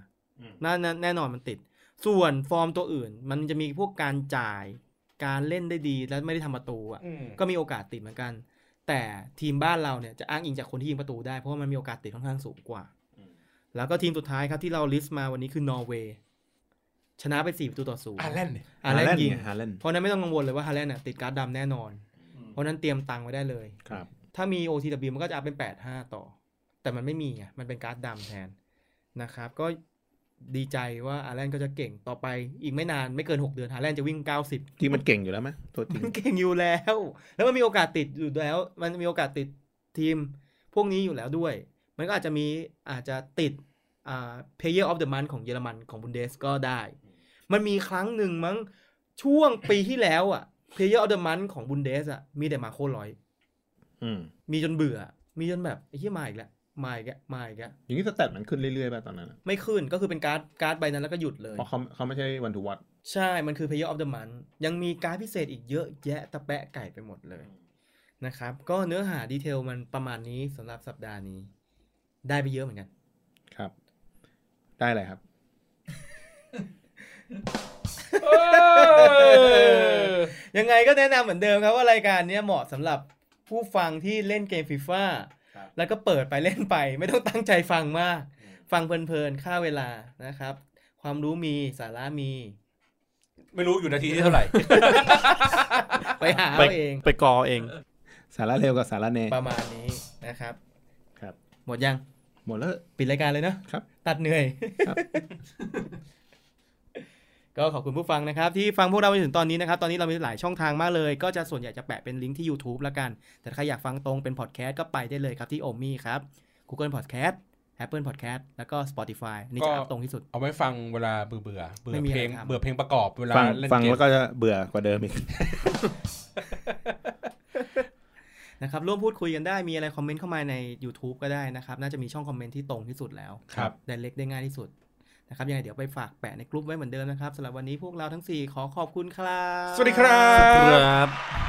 Speaker 3: น่าน่าแน่นอนมันติด ส่วนฟอร์มตัวอื่น มันจะมีพวกการจ่าย การเล่นได้ดีและไม่ได้ทำประตูอ่ะ
Speaker 1: ำ
Speaker 3: ก็มีโอกาสติดเหมือนกัน แต่ทีมบ้านเราเนี่ยจะอ้างอิงจากคนที่ยิงประตูได้เพราะว่ามันมีโอกาสติดค่อนข้างสูงกว่า แล้วก็ทีมสุดท้ายครับที่เราลิสต์มาวันนี้คือนอร์เวย์ชนะไปสี่ประตูต่อศูนย์
Speaker 1: อาแลนด์นี่
Speaker 3: อาร์แลนด์ยิง
Speaker 2: ไฮาแลนด์
Speaker 3: เพราะฉะนั้นไม่ต้องกังวลเลยว่าฮาร์แลนด์น่ะติดการ์ดดำแน่นอน เพราะฉะนั้นเตรียมตังค์ไว้ได้เลย
Speaker 2: ครับ
Speaker 3: ถ้ามี OTW มันก็จะอัพเป็น 85 ต่อ แต่มันไม่มีไงมันเป็นการ์ดดำแทนนะครับ ก็ดีใจว่าอาร์แลนด์ก็จะเก่งต่อไปอีกไม่นานไม่เกิน 6 เดือนอาร์แลนด์จะวิ่ง 90
Speaker 2: จริงมันเก่งอยู่แล้วไหมตัวจริง
Speaker 3: มันเก่งอยู่แล้ว แล้วมันมีโอกาสติดอยู่แล้ว มันมีโอกาสติดทีมพวกนี้อยู่แล้วด้วย มันก็อาจจะมีอาจจะติดอ่า Player of the Month ของเยอรมันของบุนเดสก็ได้ มันมีครั้งหนึ่งมั้งช่วงปีที่แล้วอ่ะ Player of the Month ของบุนเดสอ่ะมีแต่มาโคลอย
Speaker 2: อืม
Speaker 3: มีจนเบื่อ มีจนแบบไอ้เหี้ยมาอีกแล้วมาอีกแล้วมาอีกแล้ว
Speaker 2: อย่างนี้สแตทมันขึ้นเรื่อยๆป่ะตอนนั้นอะ
Speaker 3: ไม่ขึ้นก็คือเป็นการ์ดการ์ดใบนั้นแล้วก็หยุดเลย
Speaker 2: เพราะเขาเขาไม่ใช่วันทูวัต
Speaker 3: ใช่ มันคือ Player of the Month ยังมีการ์ดพิเศษอีกเยอะแยะตะแปะไก่ไปหมดเลยนะครับ ก็เนื้อหาดีเทลมันประมาณนี้สำหรับสัปดาห์นี้ ได้ไปเยอะเหมือนกัน
Speaker 2: ครับ ได้อะไรครับ
Speaker 3: ยังไงก็แนะนำเหมือนเดิมครับว่ารายการเนี้ยเหมาะสำหรับผู้ฟังที่เล่นเกมฟีฟ่า
Speaker 4: ครับ
Speaker 3: แล้วก็เปิดไปเล่นไป ไม่ต้องตั้งใจฟังมาก ฟังเพลินๆค่าเวลานะครับ ความรู้มีสาระมี
Speaker 1: ไม่รู้อยู่นาทีที่เท่าไหร่
Speaker 3: ไปหา
Speaker 5: ไป
Speaker 3: เอาเอง
Speaker 5: ไปกอเอง
Speaker 2: สาระเร็วกับสาระแหน
Speaker 3: ประมาณนี้นะครับ
Speaker 2: ครับ
Speaker 3: หมดยัง
Speaker 2: หมดแล้ว
Speaker 3: ปิดรายการเลยเนอะ
Speaker 2: ครับ
Speaker 3: ตัดเหนื่อย
Speaker 2: ครับ
Speaker 3: ก็ขอบคุณผู้ฟังนะครับ ที่ฟังพวกเราไปถึงตอนนี้นะครับ ตอนนี้เรามีหลายช่องทางมากเลย ก็จะส่วนใหญ่จะแปะเป็นลิงก์ที่ YouTube ละกัน แต่ถ้าใครอยากฟังตรงเป็นพอดแคสต์ก็ไปได้เลยครับที่โอมี่ครับ Google Podcast Apple Podcast แล้วก็ Spotify อันนี่จะ
Speaker 1: ก็
Speaker 3: อัพตรงที่สุด
Speaker 1: เอาไว้ฟังเวลาเบื่อเบื่อเบื่
Speaker 3: ไม่
Speaker 1: อ
Speaker 3: มี
Speaker 1: เพลง
Speaker 3: อะไรทำ
Speaker 1: เบื่อเพลงประกอบเวลา
Speaker 2: ฟัง
Speaker 1: เล่น
Speaker 2: ฟัง
Speaker 1: เกม
Speaker 2: แล้วก็จะเบื่อกว่าเดิมอีก
Speaker 3: นะครับร่วมพูดคุยกันได้มีอะไรคอมเมนต์เข้ามาใน YouTube ก็ได้นะครับ น่าจะมีช่องคอมเมนต์ที่ตรงที่สุดแล้ว
Speaker 1: ครับ
Speaker 3: ได้เล็กได้ง่ายที่สุดนะครับยังไงเดี๋ยวไปฝากแปะในกลุ่มไว้เหมือนเดิมนะครับสำหรับวันนี้พวกเราทั้ง 4 ขอขอบคุณครับ
Speaker 1: สวัสดีครับ
Speaker 5: ครับ